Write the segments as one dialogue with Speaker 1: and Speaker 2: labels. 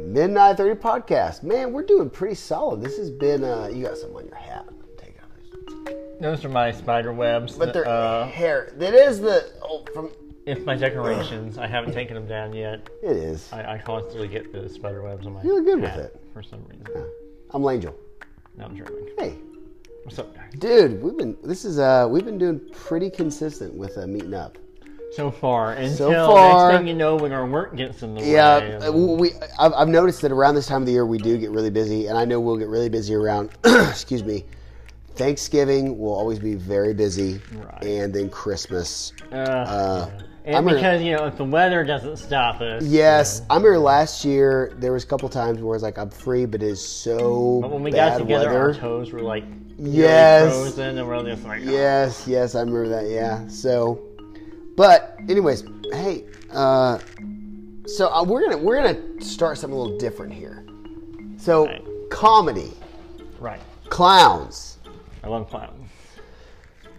Speaker 1: Midnight 30 podcast. Man, we're doing pretty solid. This has been, uh, you got some on your hat. Take it off.
Speaker 2: Those are my spider webs.
Speaker 1: But they're
Speaker 2: uh,
Speaker 1: hair. That is the, oh, from,
Speaker 2: if my decorations, I haven't taken them down yet.
Speaker 1: it is.
Speaker 2: I, I constantly get the spider webs on my.
Speaker 1: You look good with
Speaker 2: hat
Speaker 1: it.
Speaker 2: for some reason.
Speaker 1: I'm Langel.
Speaker 2: Now I'm German.
Speaker 1: Hey,
Speaker 2: What's up, guys?
Speaker 1: dude, we've been, this is, uh, we've been doing pretty consistent with uh, meeting up.
Speaker 2: So far, until
Speaker 1: far.
Speaker 2: next thing you know, when our work gets in the way.
Speaker 1: Yeah,
Speaker 2: and-
Speaker 1: uh, we. I've, I've noticed that around this time of the year we do get really busy, and I know we'll get really busy around. excuse me. Thanksgiving will always be very busy,
Speaker 2: Right.
Speaker 1: and then Christmas.
Speaker 2: Uh,
Speaker 1: Uh,
Speaker 2: and
Speaker 1: I'm gonna-
Speaker 2: because you know, if the weather doesn't stop us,
Speaker 1: Yes, I remember last year there was a couple times where I was like, "I'm free," but it's so
Speaker 2: But when we
Speaker 1: bad
Speaker 2: got together,
Speaker 1: weather.
Speaker 2: our toes were like really
Speaker 1: Yes.
Speaker 2: frozen, and we're just like, oh,
Speaker 1: Yes, yes, I remember that. Yeah. So, but anyways, hey, uh, so uh, we're gonna we're gonna start something a little different here. So,
Speaker 2: Right.
Speaker 1: comedy,
Speaker 2: right.
Speaker 1: clowns.
Speaker 2: I love clowns.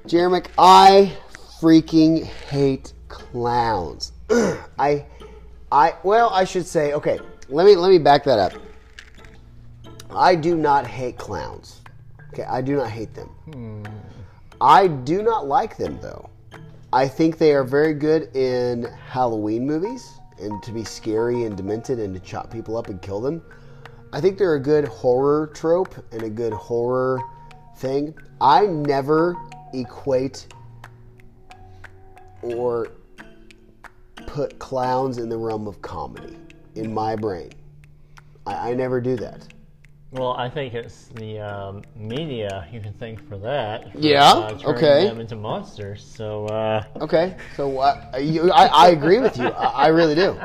Speaker 1: Jeremy, I freaking hate clowns. I, I well, I should say. Okay, let me let me back that up. I do not hate clowns. Okay, I do not hate them. I do not like them though. I think they are very good in Halloween movies and to be scary and demented and to chop people up and kill them. I think they're a good horror trope and a good horror thing. I never equate or put clowns in the realm of comedy in my brain. I, I never do that.
Speaker 2: Well, I think it's the um, media you can thank for that. for,
Speaker 1: Yeah,
Speaker 2: uh, turning
Speaker 1: okay.
Speaker 2: Them into monsters. So uh,
Speaker 1: Okay, so uh, you, I, I agree with you. I, I really do.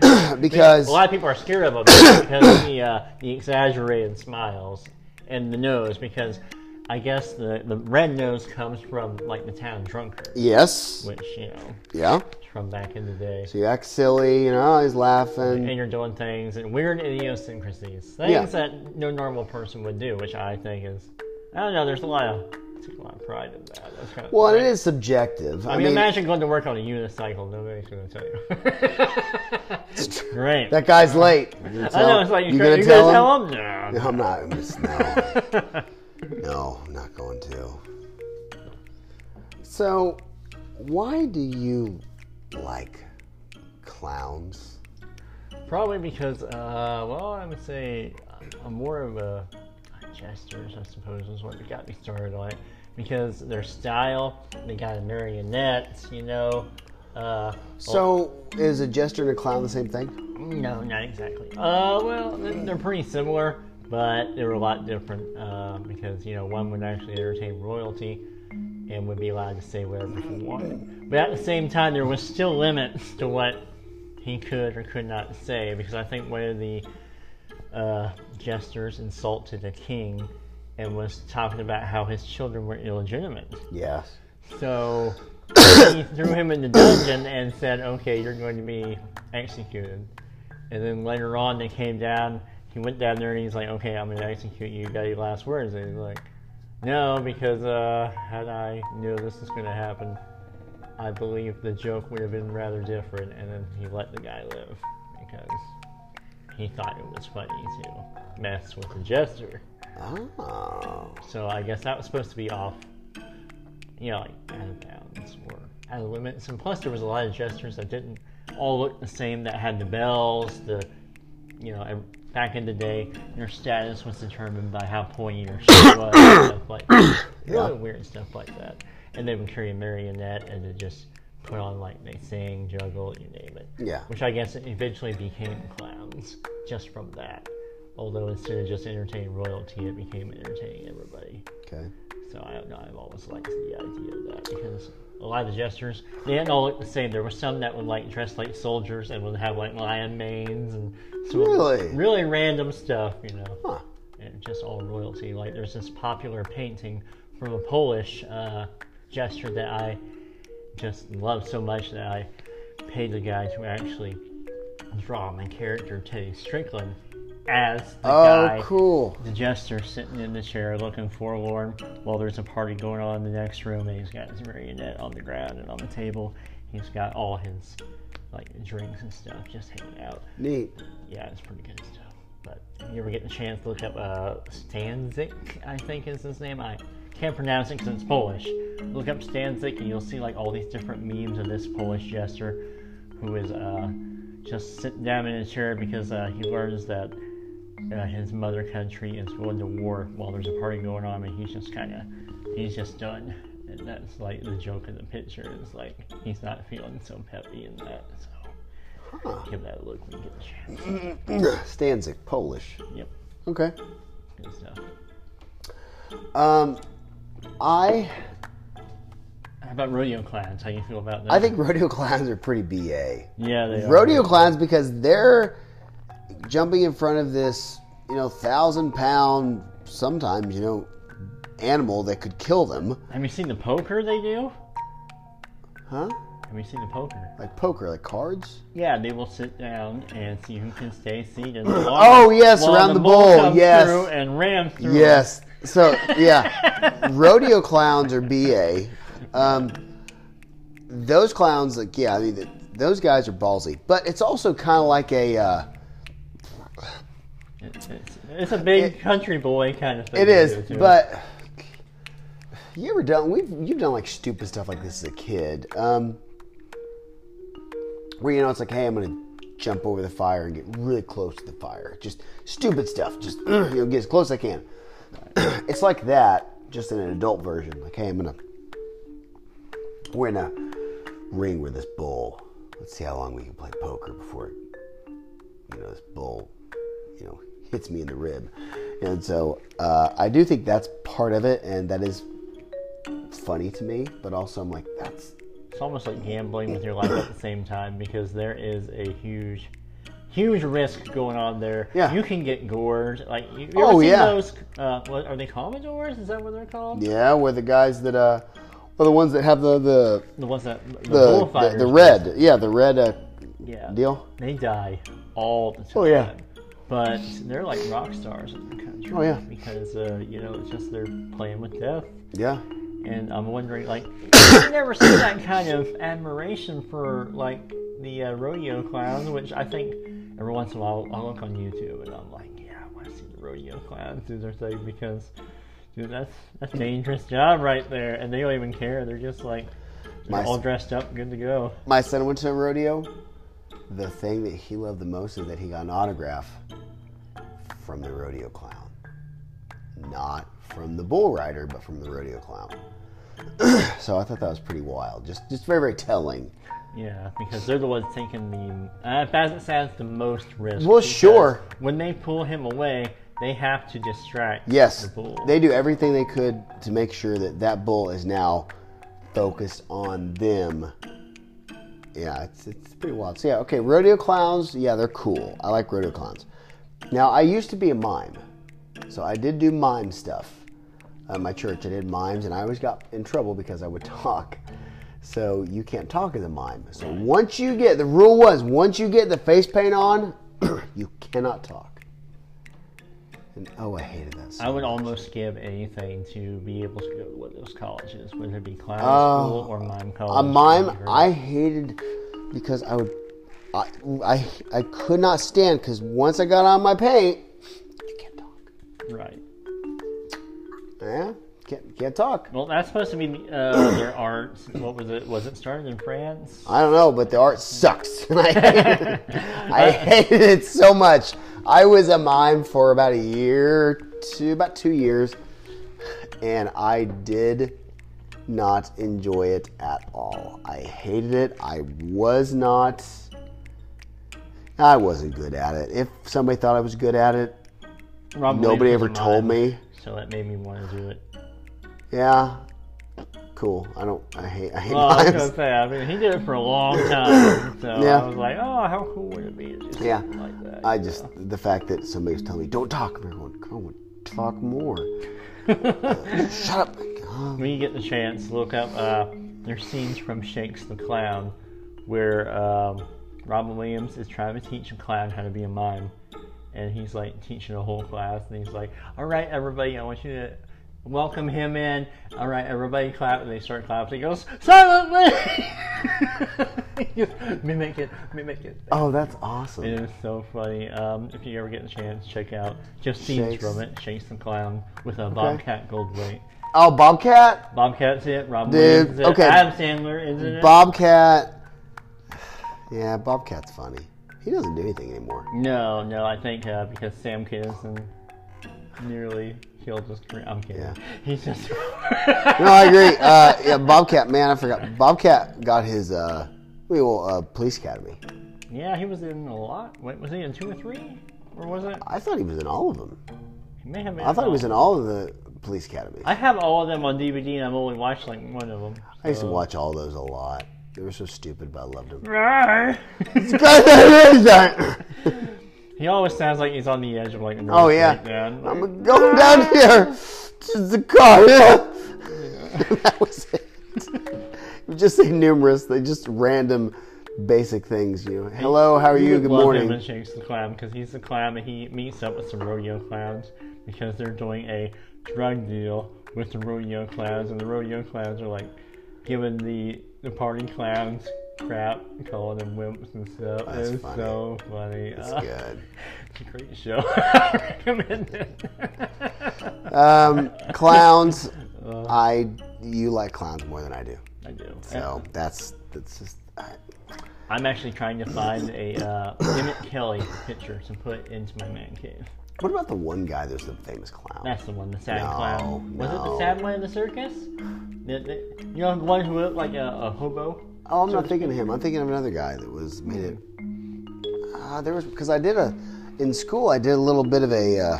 Speaker 1: because
Speaker 2: a lot of people are scared of them because of the, uh, the exaggerated smiles and the nose. Because I guess the the red nose comes from like the town drunkard,
Speaker 1: yes,
Speaker 2: which you know
Speaker 1: yeah.
Speaker 2: is from back in the day.
Speaker 1: So you act silly, you know, he's laughing.
Speaker 2: and you're doing things and weird idiosyncrasies, things
Speaker 1: Yeah.
Speaker 2: that no normal person would do, which I think is, I don't know. There's a lot of, there's a lot of pride in that. That's kind of
Speaker 1: Well, it is subjective.
Speaker 2: I mean, imagine going to work on a unicycle. Nobody's going to tell you. Great.
Speaker 1: that guy's late. You gonna
Speaker 2: I
Speaker 1: tell-
Speaker 2: know. It's like
Speaker 1: you
Speaker 2: you gonna,
Speaker 1: gonna
Speaker 2: you gonna
Speaker 1: tell him?
Speaker 2: tell
Speaker 1: No, I'm
Speaker 2: him? No.
Speaker 1: not. I'm just, no. no, I'm not going to. So, why do you like clowns?
Speaker 2: Probably because, uh, well, I would say uh, I'm more of a jesters, I suppose, is what got me started on it. Because their style, they got a marionette, you know. Uh,
Speaker 1: So, is a jester and a clown the same thing?
Speaker 2: No, not exactly. Uh, well, they're, they're pretty similar, but they were a lot different uh, because you know one would actually entertain royalty and would be allowed to say whatever he wanted, but at the same time there was still limits to what he could or could not say because I think one of the uh, jesters insulted a king and was talking about how his children were illegitimate.
Speaker 1: Yes.
Speaker 2: So he threw him in the dungeon and said, "Okay, you're going to be executed." And then later on, they came down. He went down there and he's like, "Okay, I'm going to execute you. You Got your last words?" And he's like, "No, because uh, had I knew this was going to happen, I believe the joke would have been rather different." And then he let the guy live because he thought it was funny to mess with the jester.
Speaker 1: Oh.
Speaker 2: So I guess that was supposed to be off, you know, like out of bounds or out of limits. And plus, there was a lot of gestures that didn't all look the same. That had the bells, the, you know, and back in the day, your status was determined by how pointy your shoe was, and stuff like that. really weird stuff like that. And they would carry a marionette and they just put on like they sing, juggle, you name it.
Speaker 1: Yeah.
Speaker 2: Which I guess eventually became clowns just from that. Although instead of just entertaining royalty, it became entertaining everybody.
Speaker 1: Okay.
Speaker 2: So I don't know. I've always liked the idea of that because a lot of gestures they didn't all look the same. There were some that would like dress like soldiers and would have like lion manes and some
Speaker 1: Really?
Speaker 2: really random stuff, you know,
Speaker 1: Huh.
Speaker 2: and just all royalty. Like there's this popular painting from a Polish uh, gesture that I just love so much that I paid the guy to actually draw my character Teddy Strickland as the
Speaker 1: Oh,
Speaker 2: guy
Speaker 1: cool.
Speaker 2: the jester sitting in the chair looking forlorn while there's a party going on in the next room and he's got his marionette on the ground and on the table he's got all his like drinks and stuff just hanging out
Speaker 1: Neat.
Speaker 2: yeah it's pretty good stuff But if you ever get the chance to look up uh, Stanzik, I think is his name. I can't pronounce it because it's Polish. Look up Stanzik and you'll see like all these different memes of this Polish jester who is uh, just sitting down in a chair because uh, he learns that uh, his mother country is going to war while there's a party going on, and he's just kind of, he's just done. And that's like the joke in the picture is like he's not feeling so peppy in that. So give that a look when you get the chance.
Speaker 1: Stanzik, Polish.
Speaker 2: Yep,
Speaker 1: Okay.
Speaker 2: good stuff.
Speaker 1: Um, I
Speaker 2: How about rodeo clowns? How you feel about that?
Speaker 1: I think rodeo clowns are pretty ba.
Speaker 2: yeah, they
Speaker 1: rodeo clowns because they're jumping in front of this you know thousand pound sometimes you know animal that could kill them
Speaker 2: are. Have you seen the poker they do?
Speaker 1: huh
Speaker 2: Have you seen the poker?
Speaker 1: like poker like cards
Speaker 2: Yeah, they will sit down and see who can stay seated. longer
Speaker 1: Oh, yes,
Speaker 2: while
Speaker 1: around the
Speaker 2: bull
Speaker 1: bowl,
Speaker 2: comes
Speaker 1: yes.
Speaker 2: through and rams through.
Speaker 1: yes so yeah rodeo clowns are ba um, those clowns like yeah i mean th those guys are ballsy but it's also kind of like a uh,
Speaker 2: It's, it's, it's a big country boy kind of thing.
Speaker 1: It
Speaker 2: to
Speaker 1: is,
Speaker 2: do, too.
Speaker 1: but you ever done? We've you've done like stupid stuff like this as a kid, um, where you know it's like, hey, I'm gonna jump over the fire and get really close to the fire. Just stupid stuff. Just you know, get as close as I can. it's like that, just in an adult version. Like, hey, I'm gonna we're in a ring with this bull. Let's see how long we can play poker before you know, this bull, you know, hits me in the rib. And so uh, I do think that's part of it, and that is funny to me. But also, I'm like, that's
Speaker 2: it's almost like gambling with your life at the same time because there is a huge, huge risk going on there.
Speaker 1: Yeah.
Speaker 2: you can get gored. Like you, you ever
Speaker 1: Oh,
Speaker 2: seen
Speaker 1: yeah.
Speaker 2: those? Uh, what are they? Commodores? Is that what they're called?
Speaker 1: yeah, we're the guys that uh, are the ones that have the the
Speaker 2: The ones that the,
Speaker 1: the, the,
Speaker 2: bullfighters.
Speaker 1: the red, yeah, the red uh,
Speaker 2: yeah.
Speaker 1: deal.
Speaker 2: They die all the time.
Speaker 1: Oh, yeah.
Speaker 2: But they're like rock stars in their country.
Speaker 1: Oh, yeah.
Speaker 2: Because uh, you know it's just they're playing with death.
Speaker 1: Yeah,
Speaker 2: and I'm wondering, like, I've never seen that kind of admiration for like the uh, rodeo clowns, which I think every once in a while I'll look on YouTube and I'm like, yeah, I want to see the rodeo clowns do their thing because, dude, that's that's a dangerous job right there, and they don't even care. They're just like. they're
Speaker 1: My-
Speaker 2: all dressed up, good to go.
Speaker 1: my son went to a rodeo. The thing that he loved the most is that he got an autograph from the rodeo clown, not from the bull rider, but from the rodeo clown. so I thought that was pretty wild. Just, just very, very telling.
Speaker 2: Yeah, because they're the ones taking the. Uh, Bassett's has the most risk.
Speaker 1: Well,
Speaker 2: because
Speaker 1: sure.
Speaker 2: When they pull him away, they have to distract.
Speaker 1: Yes,
Speaker 2: The bull.
Speaker 1: they do everything they could to make sure that that bull is now focused on them. Yeah, it's, it's pretty wild. So, yeah, okay, rodeo clowns, yeah, they're cool. I like rodeo clowns. Now, I used to be a mime, so I did do mime stuff. At my church, I did mimes, and I always got in trouble because I would talk. So, you can't talk as a mime. So, once you get the rule was once you get the face paint on, you cannot talk. And oh, I hated that. So
Speaker 2: I would almost give anything to be able to go to one of those colleges, whether it be clown school or mime college.
Speaker 1: Uh, A mime,
Speaker 2: or-
Speaker 1: I hated because I would, I, I, I could not stand because once I got on my paint, you can't talk.
Speaker 2: right.
Speaker 1: Yeah, can't can't talk.
Speaker 2: Well, that's supposed to be uh, their art. What was it? Was it started in France?
Speaker 1: I don't know, but the art sucks. And I hated it. I hated it so much. I was a mime for about a year to about two years, and I did not enjoy it at all. I hated it. I was not. I wasn't good at it. If somebody thought I was good at it,
Speaker 2: Rob
Speaker 1: nobody
Speaker 2: Williams
Speaker 1: ever
Speaker 2: was a
Speaker 1: told
Speaker 2: mime,
Speaker 1: me.
Speaker 2: so that made me want to do it.
Speaker 1: Yeah, cool. I don't. I hate. I hate
Speaker 2: Well, I was
Speaker 1: mimes.
Speaker 2: gonna say, I mean, he did it for a long time, so
Speaker 1: Yeah.
Speaker 2: I was like, oh, how cool would it be to do something
Speaker 1: Yeah.
Speaker 2: like that?
Speaker 1: I just the fact that somebody was telling me, "Don't talk," and everyone, "Come on, talk more." Shut up!
Speaker 2: when you get the chance, look up uh, there's scenes from Shakes the Clown where um, Robin Williams is trying to teach a clown how to be a mime, and he's like teaching a whole class, and he's like, "All right, everybody, I want you to welcome him in. All right, everybody clap, and they start clapping. He goes silently. he goes, mimic it, mimic it.
Speaker 1: Oh, that's awesome.
Speaker 2: It is so funny. Um, if you ever get the chance, check out just scenes
Speaker 1: Shakes.
Speaker 2: from it. Shakes the Clown with a Bobcat Goldthwait.
Speaker 1: Oh, Bobcat.
Speaker 2: Bobcat's it. Rob
Speaker 1: Dude,
Speaker 2: Williams is it.
Speaker 1: okay.
Speaker 2: Adam Sandler is in it.
Speaker 1: Bobcat. Yeah, Bobcat's funny. He doesn't do anything anymore.
Speaker 2: no, no, I think uh, because Sam Kinison nearly killed his career. I'm kidding.
Speaker 1: Yeah.
Speaker 2: He's just.
Speaker 1: No, I agree. Uh, yeah, Bobcat. Man, I forgot. Bobcat got his uh, well, uh, police academy.
Speaker 2: Yeah, he was in a lot. Wait, was he in two or three? Or was it?
Speaker 1: I thought he was in all of them.
Speaker 2: He may have been
Speaker 1: I thought he was in all of the police academies.
Speaker 2: I have all of them on DVD and I've only watched like one of them.
Speaker 1: I used to watch all those a lot. They were so stupid, but I loved them.
Speaker 2: he always sounds like he's on the edge of like a
Speaker 1: oh yeah,
Speaker 2: breakdown.
Speaker 1: I'm gonna go down here. Just the car. that was it. You just say numerous, they just random, basic things. You know, hello, how are you?
Speaker 2: would
Speaker 1: Good
Speaker 2: love
Speaker 1: morning.
Speaker 2: Him and shakes the clam because he's the clam and he meets up with some rodeo clowns because they're doing a drug deal with the rodeo clowns and the rodeo clowns are like giving the the party clowns crap, calling them wimps and stuff.
Speaker 1: That's
Speaker 2: it's
Speaker 1: funny.
Speaker 2: so funny. Uh,
Speaker 1: Good.
Speaker 2: It's a great show. I recommend it.
Speaker 1: Um, clowns.
Speaker 2: Uh.
Speaker 1: I you like clowns more than I do.
Speaker 2: I do.
Speaker 1: So that's that's just. I,
Speaker 2: I'm actually trying to find a uh, Emmett Kelly picture to put into my man cave.
Speaker 1: what about the one guy that's the famous clown?
Speaker 2: That's the one, the sad
Speaker 1: No,
Speaker 2: clown. Was it
Speaker 1: no.
Speaker 2: the sad one in the circus? The- the- you know, the one who looked like a, a hobo?
Speaker 1: Oh, I'm not thinking of him. I'm thinking of another guy that was made it. Uh, there was because I did a in school. I did a little bit of a uh,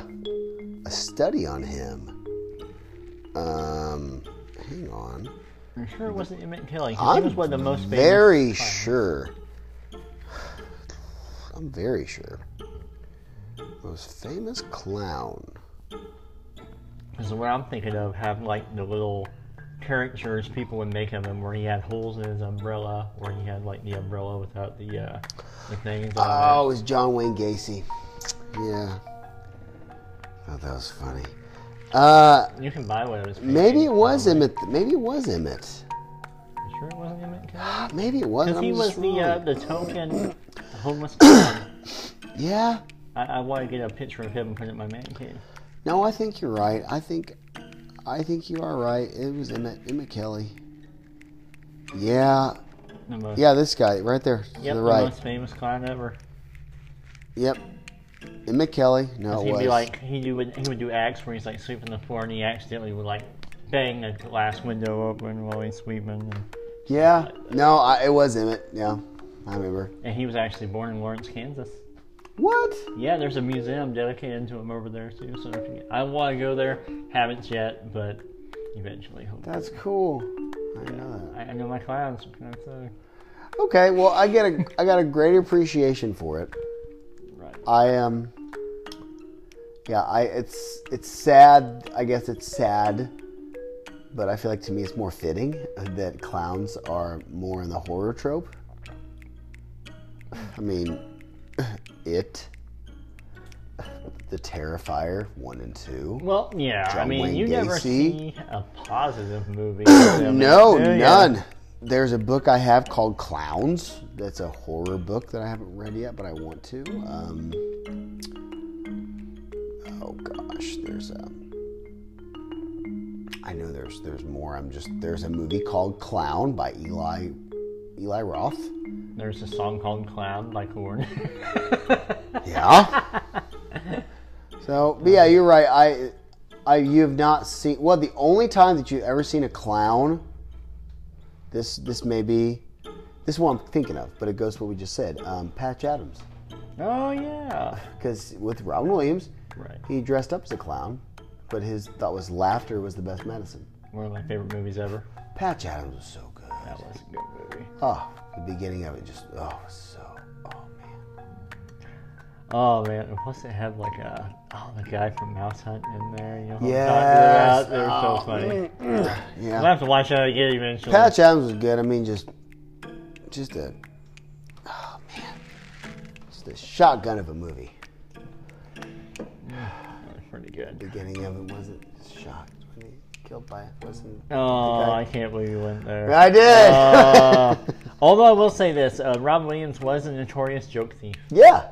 Speaker 1: a study on him. Um, hang on.
Speaker 2: I'm sure it wasn't Emmett Kelly. 'cause
Speaker 1: I'm
Speaker 2: he was one of the most famous.
Speaker 1: Very sure. I'm very sure. Most famous clown.
Speaker 2: Because the one I'm thinking of have like the little caricatures people would make of him where he had holes in his umbrella, where he had like the umbrella without the, uh, the things on it.
Speaker 1: Oh, it was John Wayne Gacy. Yeah. Thought that was funny. Uh,
Speaker 2: You can buy one of his paintings.
Speaker 1: maybe it was
Speaker 2: probably.
Speaker 1: Emmett. Maybe it was Emmett.
Speaker 2: You sure it wasn't Emmett Kelly?
Speaker 1: Ah, Maybe it wasn't.
Speaker 2: Because
Speaker 1: I'm
Speaker 2: he was
Speaker 1: just
Speaker 2: the
Speaker 1: wrong.
Speaker 2: uh, the token homeless clown.
Speaker 1: yeah.
Speaker 2: I, I want to get a picture of him and put it in my man cave.
Speaker 1: No, I think you're right. I think, I think you are right. It was Emmett, Emmett Kelly. Yeah.
Speaker 2: The most,
Speaker 1: Yeah, this guy right there to
Speaker 2: yep,
Speaker 1: the
Speaker 2: the
Speaker 1: right.
Speaker 2: most famous clown ever.
Speaker 1: Yep. Emmett Kelly. No, it
Speaker 2: He'd
Speaker 1: was.
Speaker 2: be like he do would he would do acts where he's like sweeping the floor and he accidentally would like bang a glass window open while he's sweeping. And,
Speaker 1: yeah. No, I, it was Emmett. Yeah, I remember.
Speaker 2: and he was actually born in Lawrence, Kansas.
Speaker 1: What?
Speaker 2: Yeah, there's a museum dedicated to him over there too. So if you, I want to go there, haven't yet, but eventually. Hopefully.
Speaker 1: That's cool. I know that.
Speaker 2: I, I know my clowns. what can I say?
Speaker 1: Okay, well, I get a I got a great appreciation for it.
Speaker 2: Right.
Speaker 1: I um yeah, I it's it's sad. I guess it's sad, but I feel like to me it's more fitting that clowns are more in the horror trope. I mean, it the Terrifier 1 and 2.
Speaker 2: Well, yeah. I
Speaker 1: John
Speaker 2: mean,
Speaker 1: Wayne
Speaker 2: you never
Speaker 1: Gacy.
Speaker 2: see a positive movie. with them.
Speaker 1: No,
Speaker 2: Yeah, yeah.
Speaker 1: none. There's a book I have called Clowns. That's a horror book that I haven't read yet, but I want to. Um, oh gosh, there's a. I know there's there's more. I'm just there's a movie called Clown by Eli Eli Roth.
Speaker 2: There's a song called "Clown" by Korn.
Speaker 1: Yeah. so, but yeah, you're right. I I you have not seen well the only time that you've ever seen a clown. This this may be this is what I'm thinking of, but it goes to what we just said. Um, Patch Adams,
Speaker 2: oh yeah.
Speaker 1: because with Robin Williams,
Speaker 2: Right.
Speaker 1: he dressed up as a clown, but his thought was laughter was the best medicine.
Speaker 2: One of my favorite movies ever.
Speaker 1: Patch Adams was so good.
Speaker 2: That was a good movie.
Speaker 1: Oh, the beginning of it just oh so oh man.
Speaker 2: Oh man, and plus it had like a oh the guy from Mouse Hunt in there. You know what
Speaker 1: Yes. Oh,
Speaker 2: I'm talking about? They were so funny.
Speaker 1: Yeah.
Speaker 2: We'll have to watch that again eventually.
Speaker 1: Patch Adams was good. I mean, just, just a, oh man, just a shotgun of a movie.
Speaker 2: That was pretty good.
Speaker 1: Beginning of it wasn't shocked. when he killed by listen.
Speaker 2: Oh,
Speaker 1: Okay.
Speaker 2: I can't believe you went there.
Speaker 1: I did.
Speaker 2: Uh, although I will say this, uh, Rob Williams was a notorious joke thief,
Speaker 1: yeah.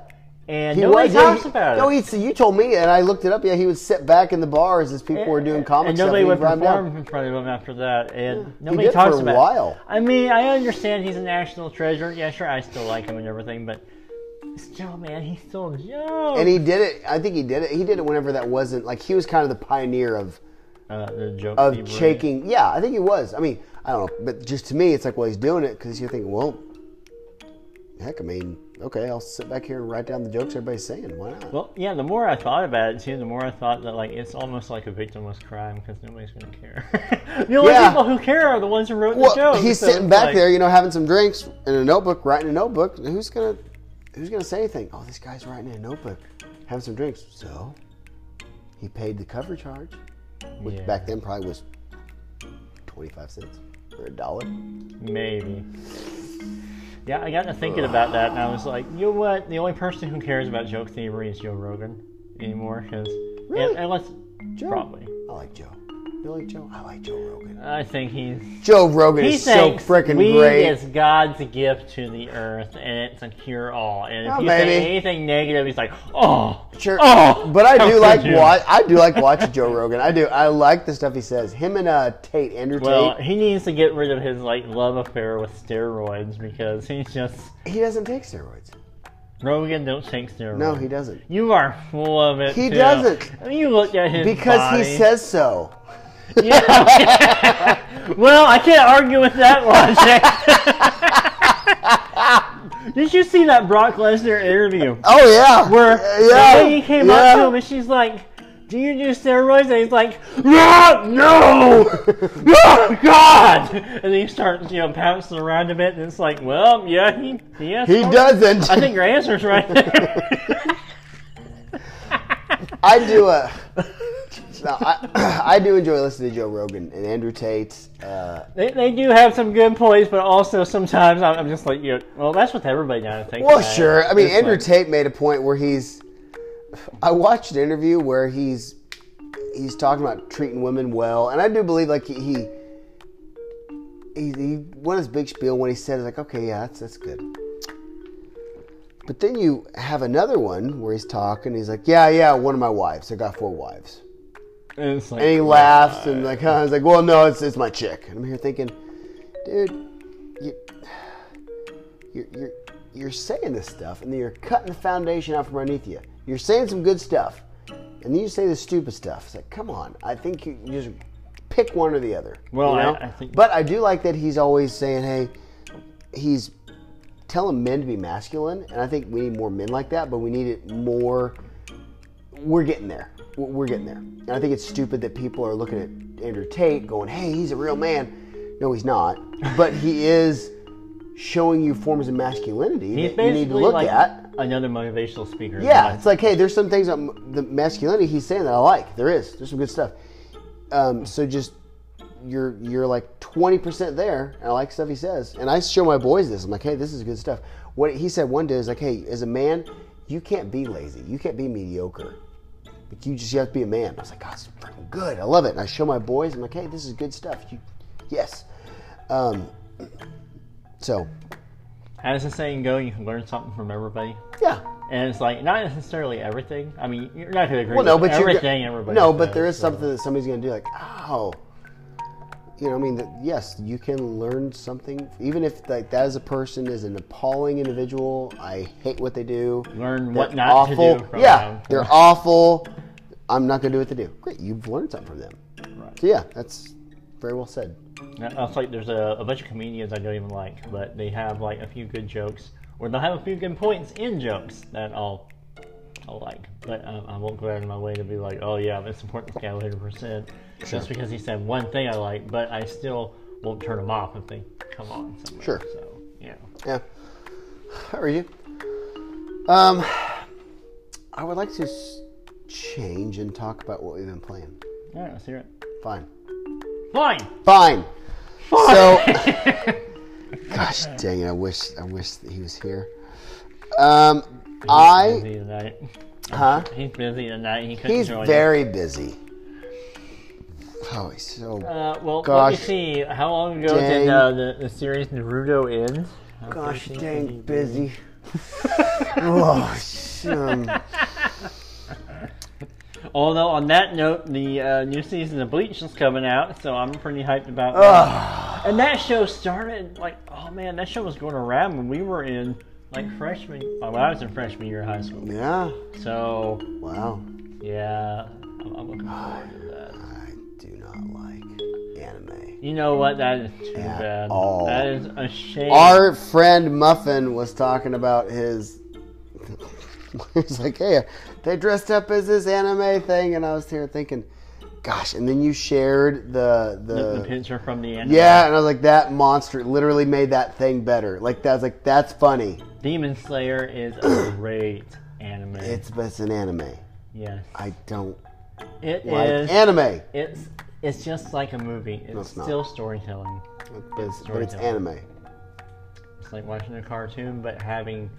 Speaker 2: and nobody
Speaker 1: yeah,
Speaker 2: talks
Speaker 1: he-
Speaker 2: about
Speaker 1: No,
Speaker 2: it.
Speaker 1: he, so you told me, and I looked it up. Yeah, he would sit back in the bars as people were doing comic
Speaker 2: and
Speaker 1: stuff.
Speaker 2: nobody
Speaker 1: he'd
Speaker 2: would
Speaker 1: rhyme
Speaker 2: perform
Speaker 1: down.
Speaker 2: in front of him after that, and nobody
Speaker 1: did
Speaker 2: talks
Speaker 1: for a
Speaker 2: about
Speaker 1: while.
Speaker 2: it. I mean, I understand he's a national treasure. Yeah, sure, I still like him and everything, but still, man, he's still a joke.
Speaker 1: And he did it. I think he did it. He did it whenever that wasn't like he was kind of the pioneer of
Speaker 2: uh, the joke
Speaker 1: of
Speaker 2: thief, right?
Speaker 1: shaking. Yeah, I think he was. I mean, I don't know, but just to me, it's like, well, he's doing it because you're thinking, well, heck, I mean, okay, I'll sit back here and write down the jokes everybody's saying. Why not?
Speaker 2: Well, yeah. The more I thought about it, too, the more I thought that like it's almost like a victimless crime because nobody's gonna care. the only
Speaker 1: Yeah.
Speaker 2: people who care are the ones who wrote
Speaker 1: Well,
Speaker 2: the joke.
Speaker 1: he's
Speaker 2: so
Speaker 1: sitting
Speaker 2: it's
Speaker 1: back
Speaker 2: like-
Speaker 1: there, you know, having some drinks in a notebook, writing a notebook. And Who's gonna, who's gonna say anything? Oh, this guy's writing in a notebook, having some drinks. So, he paid the cover charge, which
Speaker 2: Yeah,
Speaker 1: back then probably was twenty-five cents or a dollar.
Speaker 2: Maybe. Yeah, I got to thinking about that, and I was like, you know what? The only person who cares about joke thievery is Joe Rogan anymore, because
Speaker 1: Really?
Speaker 2: unless
Speaker 1: Joe,
Speaker 2: probably,
Speaker 1: I like Joe. You like Joe? I like Joe Rogan.
Speaker 2: I think he's
Speaker 1: Joe Rogan
Speaker 2: he
Speaker 1: is so
Speaker 2: thinks
Speaker 1: freaking
Speaker 2: weed
Speaker 1: great.
Speaker 2: is God's gift to the earth, and it's a cure all. And if
Speaker 1: Oh,
Speaker 2: you
Speaker 1: maybe.
Speaker 2: say anything negative, he's like, oh,
Speaker 1: Sure.
Speaker 2: oh.
Speaker 1: But I
Speaker 2: how
Speaker 1: do
Speaker 2: could
Speaker 1: like
Speaker 2: you?
Speaker 1: watch. I do like watching Joe Rogan. I do. I like the stuff he says. Him and uh, Tate, Andrew
Speaker 2: Well,
Speaker 1: Tate.
Speaker 2: he needs to get rid of his like love affair with steroids because he's just
Speaker 1: He doesn't take steroids.
Speaker 2: Rogan don't take steroids.
Speaker 1: No, he doesn't.
Speaker 2: You are full of it.
Speaker 1: He
Speaker 2: too.
Speaker 1: doesn't.
Speaker 2: I mean, you looked at his
Speaker 1: Because
Speaker 2: body.
Speaker 1: he says so.
Speaker 2: Yeah. well, I can't argue with that logic. Did you see that Brock Lesnar interview
Speaker 1: Oh yeah.
Speaker 2: where
Speaker 1: yeah.
Speaker 2: the lady came up to him and she's like, "Do you do steroids?" And he's like, "No, no, oh, God!" And then he starts, you know, pouncing around a bit, and it's like, "Well, yeah, he, he, has
Speaker 1: He
Speaker 2: some."
Speaker 1: doesn't.
Speaker 2: I think your answer's right there.
Speaker 1: I do a. No, I, I do enjoy listening to Joe Rogan and Andrew Tate. Uh,
Speaker 2: They, they do have some good points, but also sometimes I'm, I'm just like, you know, well, that's what everybody now thinks.
Speaker 1: well,
Speaker 2: about it.
Speaker 1: sure. I mean,
Speaker 2: It's
Speaker 1: Andrew
Speaker 2: like,
Speaker 1: Tate made a point where he's. I watched an interview where he's he's talking about treating women well, and I do believe like he he he, he what his big spiel when he said like, okay, yeah, that's that's good. But then you have another one where he's talking. He's like, yeah, yeah, one of my wives. I got four wives.
Speaker 2: it's like,
Speaker 1: And he laughs and like huh, I was like, well, no, it's it's my chick. And I'm here thinking, dude, you, you're you're you're saying this stuff, and then you're cutting the foundation out from underneath you. You're saying some good stuff, and then you say the stupid stuff. It's like, come on. I think you, you just pick one or the other.
Speaker 2: Well,
Speaker 1: you
Speaker 2: I-
Speaker 1: know?
Speaker 2: I think-
Speaker 1: but I do like that he's always saying, hey, he's telling men to be masculine, and I think we need more men like that. But we need it more we're getting there. We're- We're getting there. And I think it's stupid that people are looking at Andrew Tate going, hey, he's a real man. No, he's not. But he is showing you forms of masculinity
Speaker 2: He's
Speaker 1: that you need to
Speaker 2: basically
Speaker 1: look
Speaker 2: like
Speaker 1: at.
Speaker 2: another motivational speaker.
Speaker 1: Yeah, it's like, hey, there's some things on the masculinity he's saying that I like. There is. There's some good stuff. Um, so just you're you're like 20% there. And I like stuff he says, and I show my boys this. I'm like, hey, this is good stuff. What he said one day is like, hey, as a man, you can't be lazy. You can't be mediocre. Like you just you have to be a man. I was like, God, it's freaking good. I love it. And I show my boys. I'm like, hey, this is good stuff. You, yes. Um, so
Speaker 2: As the saying go, you can learn something from everybody.
Speaker 1: yeah.
Speaker 2: And it's like, not necessarily everything. I mean, you're not going to agree
Speaker 1: Well, no,
Speaker 2: with
Speaker 1: but you're
Speaker 2: everything everybody
Speaker 1: No, but
Speaker 2: says,
Speaker 1: there is
Speaker 2: so.
Speaker 1: something that somebody's going to do, like, oh, you know, I mean, that, yes, you can learn something, even if like that as a person is an appalling individual. I hate what they do.
Speaker 2: Learn
Speaker 1: They're
Speaker 2: what not
Speaker 1: awful.
Speaker 2: to do. From
Speaker 1: yeah,
Speaker 2: them.
Speaker 1: they're awful. I'm not going to do what they do. Great, you've learned something from them.
Speaker 2: Right.
Speaker 1: So yeah, that's very well said.
Speaker 2: And I was like, there's a, a bunch of comedians I don't even like, but they have like a few good jokes, or they'll have a few good points in jokes that I'll, I'll like. But um, I won't go out of my way to be like, oh yeah, let's support this guy 100% just because he said one thing I like. But I still won't turn him off if they come on. Somewhere.
Speaker 1: Sure.
Speaker 2: So yeah.
Speaker 1: Yeah. How are you? Um, I would like to s- change and talk about what we've been playing.
Speaker 2: All right, let's hear it.
Speaker 1: Fine.
Speaker 2: Fine.
Speaker 1: Fine. So, gosh dang it! I wish I wish that he was here. Um,
Speaker 2: He's
Speaker 1: I
Speaker 2: busy tonight.
Speaker 1: huh?
Speaker 2: He's busy tonight. He couldn't
Speaker 1: He's
Speaker 2: join. us.
Speaker 1: very busy. Oh, he's so
Speaker 2: Uh, well,
Speaker 1: Gosh.
Speaker 2: let me see. How long ago
Speaker 1: Dang.
Speaker 2: did uh, the, the series Naruto end? I'm
Speaker 1: gosh
Speaker 2: pretty
Speaker 1: dang
Speaker 2: sure-
Speaker 1: busy. oh, sh- um,
Speaker 2: Although on that note, the uh, new season of Bleach is coming out, so I'm pretty hyped about that.
Speaker 1: ugh.
Speaker 2: And that show started like, oh man, that show was going around when we were in like freshman. Well, when I was in freshman year of high school.
Speaker 1: yeah.
Speaker 2: So
Speaker 1: Wow.
Speaker 2: yeah, I'm, I'm looking forward to that.
Speaker 1: I do not like anime.
Speaker 2: You know what? That is too
Speaker 1: At
Speaker 2: bad.
Speaker 1: all.
Speaker 2: That is a shame.
Speaker 1: Our friend Muffin was talking about his. He's like, hey, they dressed up as this anime thing, and I was here thinking, gosh. And then you shared the the,
Speaker 2: the, the picture from the anime.
Speaker 1: yeah, and I was like, that monster literally made that thing better. Like that's like that's funny.
Speaker 2: Demon Slayer is a great anime.
Speaker 1: It's but it's an anime.
Speaker 2: yes,
Speaker 1: I don't
Speaker 2: it
Speaker 1: like
Speaker 2: is.
Speaker 1: anime,
Speaker 2: It's it's just like a movie. It's,
Speaker 1: it's not.
Speaker 2: still storytelling.
Speaker 1: but it's, but it's
Speaker 2: storytelling.
Speaker 1: anime.
Speaker 2: It's like watching a cartoon, but having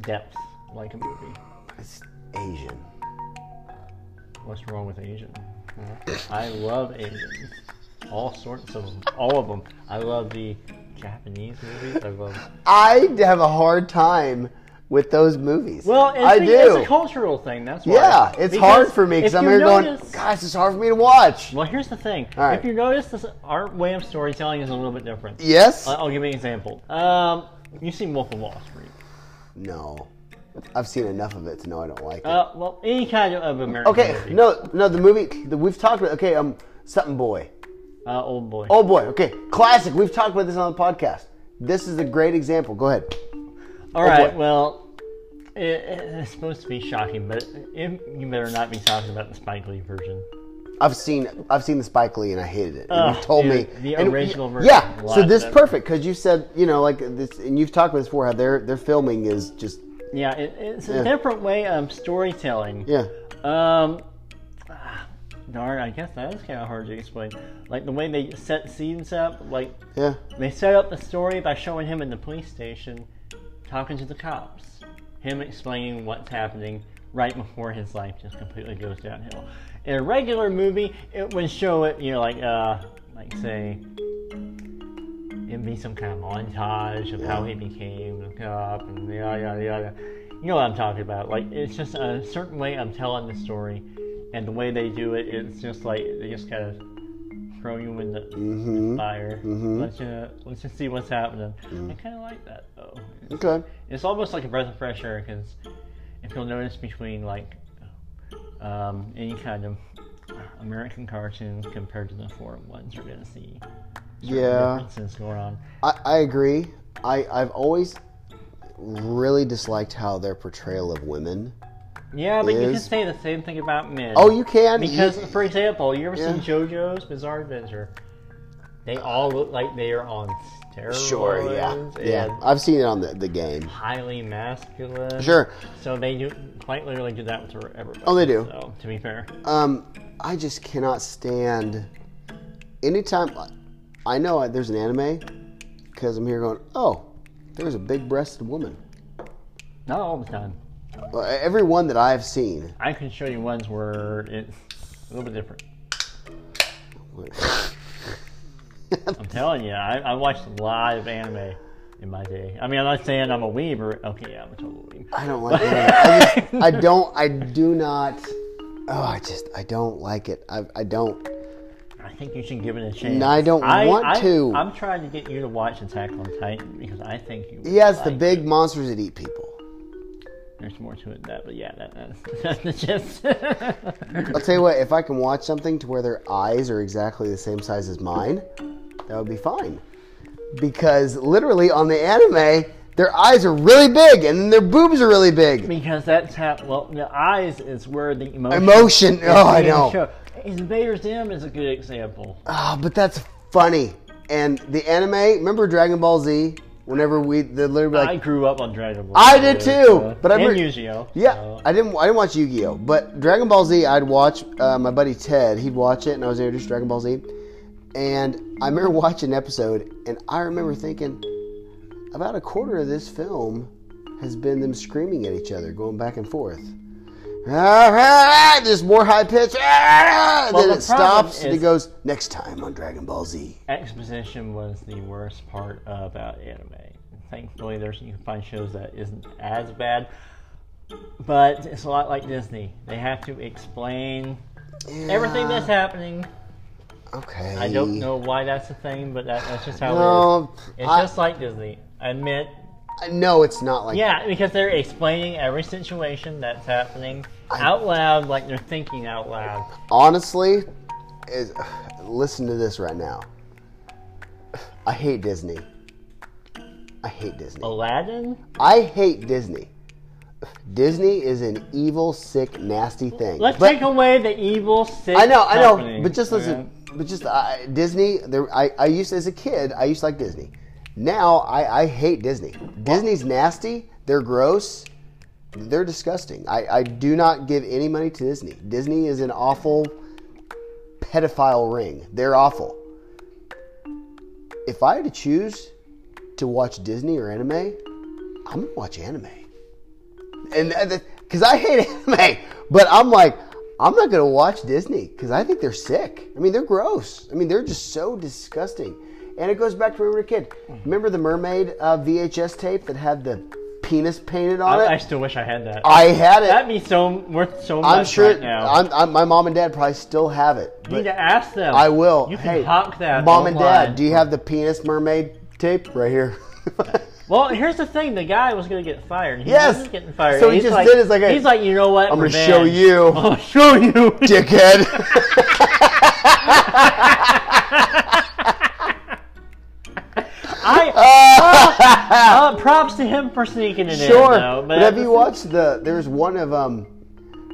Speaker 2: depth like a movie.
Speaker 1: It's Asian.
Speaker 2: What's wrong with Asian? I love Asians. All sorts of them. All of them. I love the Japanese movies. I love.
Speaker 1: I have a hard time with those movies.
Speaker 2: Well, it's,
Speaker 1: I
Speaker 2: a,
Speaker 1: do.
Speaker 2: it's a cultural thing. That's why.
Speaker 1: Yeah, it's hard for me because
Speaker 2: if
Speaker 1: I'm
Speaker 2: you
Speaker 1: here
Speaker 2: notice-
Speaker 1: going, guys, it's hard for me to watch.
Speaker 2: Well, here's the thing.
Speaker 1: All right. E
Speaker 2: If you notice, this, our way of storytelling is a little bit different.
Speaker 1: Yes?
Speaker 2: I- I'll give you an example. Um, you've seen Wolf of Wall Street.
Speaker 1: no. I've seen enough of it to know I don't like it.
Speaker 2: Uh, well, any kind of American
Speaker 1: okay,
Speaker 2: movie.
Speaker 1: no, no, the movie that we've talked about. Okay, um, something boy.
Speaker 2: Uh, old boy.
Speaker 1: Oh boy. Okay, classic. We've talked about this on the podcast. This is a great example. Go ahead.
Speaker 2: All right.
Speaker 1: boy.
Speaker 2: Well, it, it's supposed to be shocking, but it, you better not be talking about the Spike Lee version.
Speaker 1: I've seen I've seen the Spike Lee and I hated it. And you
Speaker 2: Ugh,
Speaker 1: told me
Speaker 2: dude, the
Speaker 1: and-
Speaker 2: original version
Speaker 1: Yeah,
Speaker 2: was a
Speaker 1: so
Speaker 2: lot
Speaker 1: this
Speaker 2: better.
Speaker 1: perfect because you said you know like this and you've talked about this before how their their filming is just
Speaker 2: Yeah, it, it's a different way of storytelling.
Speaker 1: yeah
Speaker 2: Um, ah, darn, I guess that is kind of hard to explain. Like the way they set scenes up, like
Speaker 1: yeah
Speaker 2: they set up the story by showing him in the police station talking to the cops, him explaining what's happening right before his life just completely goes downhill. In a regular movie, it would show it, you know, like uh, like say. It'd be some kind of montage of how he became a cop and yada yada yada. You know what I'm talking about? Like it's just a certain way I'm telling the story, and the way they do it, it's just like they just kind of throw you in the
Speaker 1: Mm-hmm.
Speaker 2: fire. Let's just let's just see what's happening.
Speaker 1: Mm.
Speaker 2: I kind of like that though.
Speaker 1: okay
Speaker 2: It's almost like a breath of fresh air because if you'll notice between like um, any kind of American cartoons compared to the foreign ones, you're gonna see certain
Speaker 1: Yeah.
Speaker 2: differences going on.
Speaker 1: I, I agree I I've always really disliked how their portrayal of women
Speaker 2: Yeah, but you can
Speaker 1: Is-
Speaker 2: say the same thing about men.
Speaker 1: oh you can
Speaker 2: because,
Speaker 1: You-
Speaker 2: for example, you ever
Speaker 1: Yeah.
Speaker 2: seen JoJo's Bizarre Adventure? They all look like they are on steroids.
Speaker 1: sure yeah yeah
Speaker 2: and
Speaker 1: I've seen it on the, the game
Speaker 2: Highly masculine.
Speaker 1: sure
Speaker 2: So they do quite literally do that with everybody.
Speaker 1: Oh, they do.
Speaker 2: So, to be fair,
Speaker 1: Um, I just cannot stand. Anytime I know I- there's an anime, because I'm here going, oh, there's a big-breasted woman.
Speaker 2: not all the time.
Speaker 1: Well, e, every one that I've seen,
Speaker 2: I can show you ones where it's a little bit different. I'm telling you, I, I watched a lot of anime in my day. I mean, I'm not saying I'm a weeb or okay, yeah, I'm a total weeb.
Speaker 1: I don't like anime. I, just, I don't. I do not. Oh, I just I don't like it. I, I don't.
Speaker 2: I think you should give it a chance.
Speaker 1: No, I don't want to.
Speaker 2: I'm trying to get you to watch Attack on Titan because I think you. would
Speaker 1: Yes, the
Speaker 2: like
Speaker 1: big
Speaker 2: it.
Speaker 1: monsters that eat people.
Speaker 2: There's more to it than that, but yeah, that, that's, that's the gist.
Speaker 1: I'll tell you what. If I can watch something to where their eyes are exactly the same size as mine, that would be fine. Because literally on the anime, their eyes are really big and then their boobs are really big.
Speaker 2: because that's how. Well, the eyes is where the emotion.
Speaker 1: Emotion. Oh, I know.
Speaker 2: Show. Invader Zim is a good example.
Speaker 1: Ah, but that's funny. And the anime. Remember Dragon Ball Z? Whenever we, the literally
Speaker 2: I
Speaker 1: like,
Speaker 2: grew up on Dragon Ball.
Speaker 1: I did
Speaker 2: so,
Speaker 1: too,
Speaker 2: uh,
Speaker 1: but I
Speaker 2: and
Speaker 1: remember-
Speaker 2: Yu-Gi-Oh.
Speaker 1: yeah.
Speaker 2: so-
Speaker 1: I didn't. I didn't watch Yu-Gi-Oh, but Dragon Ball Z. I'd watch. Uh, my buddy Ted. He'd watch it, and I was introduced to Dragon Ball Z. And I remember watching an episode, and I remember thinking, about a quarter of this film has been them screaming at each other, going back and forth. there's more high pitch. and
Speaker 2: Well,
Speaker 1: then
Speaker 2: the
Speaker 1: it stops
Speaker 2: problem
Speaker 1: and it
Speaker 2: is-
Speaker 1: goes next time on Dragon Ball Z.
Speaker 2: Exposition was the worst part about anime. Thankfully, there's you can find shows that isn't as bad, but it's a lot like Disney. They have to explain everything that's happening.
Speaker 1: Okay.
Speaker 2: I don't know why that's a thing, but that, that's just how it is.
Speaker 1: No,
Speaker 2: It's
Speaker 1: I-
Speaker 2: just like Disney. Admit,
Speaker 1: no, it's not like
Speaker 2: yeah, because they're explaining every situation that's happening out loud, like they're thinking out loud.
Speaker 1: honestly is listen to this right now i hate disney i hate disney
Speaker 2: Oh. Aladdin,
Speaker 1: i hate disney disney is an evil sick nasty thing
Speaker 2: let's
Speaker 1: but
Speaker 2: take away the evil. Sick
Speaker 1: i know i know
Speaker 2: company,
Speaker 1: but just listen
Speaker 2: okay?
Speaker 1: but just I disney there I, I used as a kid i used to like disney now i i hate disney disney's nasty they're gross they're disgusting i i do not give any money to disney disney is an awful pedophile ring. They're awful. If I had to choose to watch Disney or anime, I'm gonna watch anime. And because I hate anime, but I'm like, I'm not gonna watch Disney because I think they're sick. I mean, they're gross. I mean, they're just so disgusting. And it goes back to when we were a kid. Remember the mermaid uh, VHS tape that had the penis painted on
Speaker 2: I, I
Speaker 1: it?
Speaker 2: still wish I had that.
Speaker 1: I, had it.
Speaker 2: That'd be so worth so much
Speaker 1: I'm sure.
Speaker 2: right now.
Speaker 1: I'm, I'm, my mom and dad probably still have it.
Speaker 2: you
Speaker 1: but-
Speaker 2: need to ask them.
Speaker 1: I will.
Speaker 2: You
Speaker 1: hey,
Speaker 2: can talk that.
Speaker 1: Mom and Dad,
Speaker 2: online.
Speaker 1: do you have the penis mermaid tape right here?
Speaker 2: Well, here's the thing: the guy was gonna get fired. He
Speaker 1: Yes.
Speaker 2: wasn't getting fired.
Speaker 1: So he
Speaker 2: he's
Speaker 1: just
Speaker 2: like,
Speaker 1: did it. It's like, hey,
Speaker 2: he's like, you know what? I'm
Speaker 1: gonna show you."
Speaker 2: I'm gonna show you.
Speaker 1: Dickhead.
Speaker 2: I uh, props to him for sneaking it
Speaker 1: Ah. sure.
Speaker 2: in. Though,
Speaker 1: but have you watched the? There's one of um.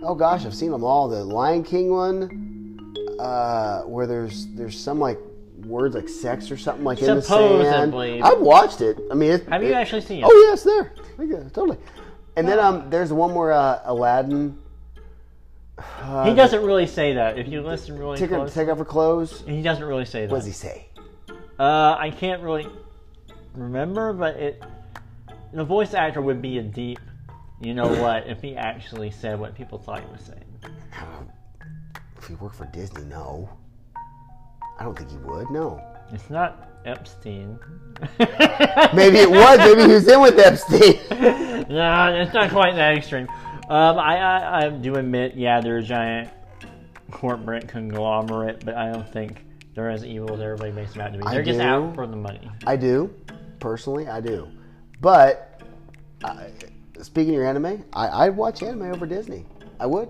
Speaker 1: Oh gosh, I've seen them all. The Lion King one, uh, where there's there's some like words like sex or something like in the
Speaker 2: Supposedly.
Speaker 1: sand. I've watched it. I mean, it,
Speaker 2: Have you
Speaker 1: it-
Speaker 2: actually seen it?
Speaker 1: Oh yes, there. Look at it, Totally. And then um, there's one where uh, Aladdin
Speaker 2: he doesn't really say that. If you listen really
Speaker 1: Oh. take, her,
Speaker 2: close,
Speaker 1: take off her clothes.
Speaker 2: he doesn't really say that.
Speaker 1: What does he say?
Speaker 2: Uh, I can't really remember, but it the voice actor would be a deep. You know what? If he actually said what people thought he was saying,
Speaker 1: If you work for Disney, no. I don't think he would. No.
Speaker 2: it's not Epstein.
Speaker 1: Maybe it was. Maybe he was in with Epstein.
Speaker 2: No, it's not quite that extreme. Um, I, I, I do admit, yeah, they're a giant corporate conglomerate, but I don't think they're as evil as everybody makes them out to be. They're just
Speaker 1: do.
Speaker 2: out for the money.
Speaker 1: I do, personally, I do. But I, speaking of your anime, I, I'd watch anime over Disney. I would,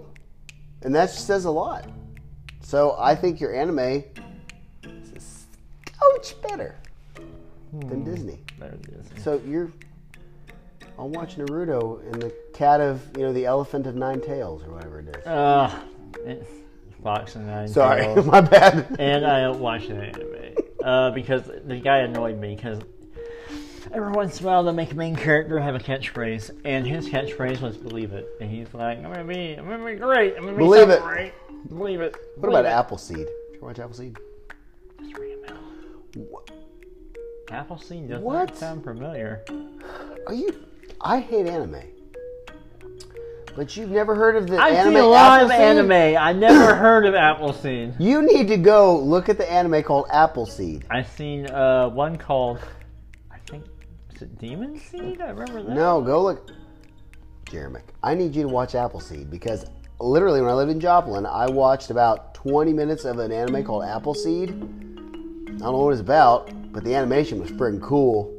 Speaker 1: and that says a lot. So I think your anime is a scotch better than Disney.
Speaker 2: There it is.
Speaker 1: So you're. I'll watch Naruto and the cat of you know the elephant of nine tails or whatever it is.
Speaker 2: Ugh, it's Fox and Nine.
Speaker 1: Sorry,
Speaker 2: Tails.
Speaker 1: my bad.
Speaker 2: and I don't watch the anime uh, because the guy annoyed me because every once in a while they make a main character have a catchphrase, and his catchphrase was "believe it," and he's like, "I'm gonna be, I'm gonna be great, I'm gonna be
Speaker 1: Believe
Speaker 2: something
Speaker 1: it.
Speaker 2: great. believe it."
Speaker 1: What about Appleseed? Did you watch Appleseed?
Speaker 2: Appleseed doesn't
Speaker 1: What?
Speaker 2: sound familiar.
Speaker 1: Are you? I hate anime. But you've never heard of the
Speaker 2: I've
Speaker 1: anime
Speaker 2: seen a lot of
Speaker 1: Appleseed?
Speaker 2: anime. I never heard of Appleseed.
Speaker 1: You need to go look at the anime called Appleseed.
Speaker 2: I've seen uh, one called, I think, is it Demon Seed? I remember that.
Speaker 1: No, go look. Jeremic, I need you to watch Appleseed because literally when I lived in Joplin, I watched about 20 minutes of an anime called Appleseed. I don't know what it's about, but the animation was friggin' cool.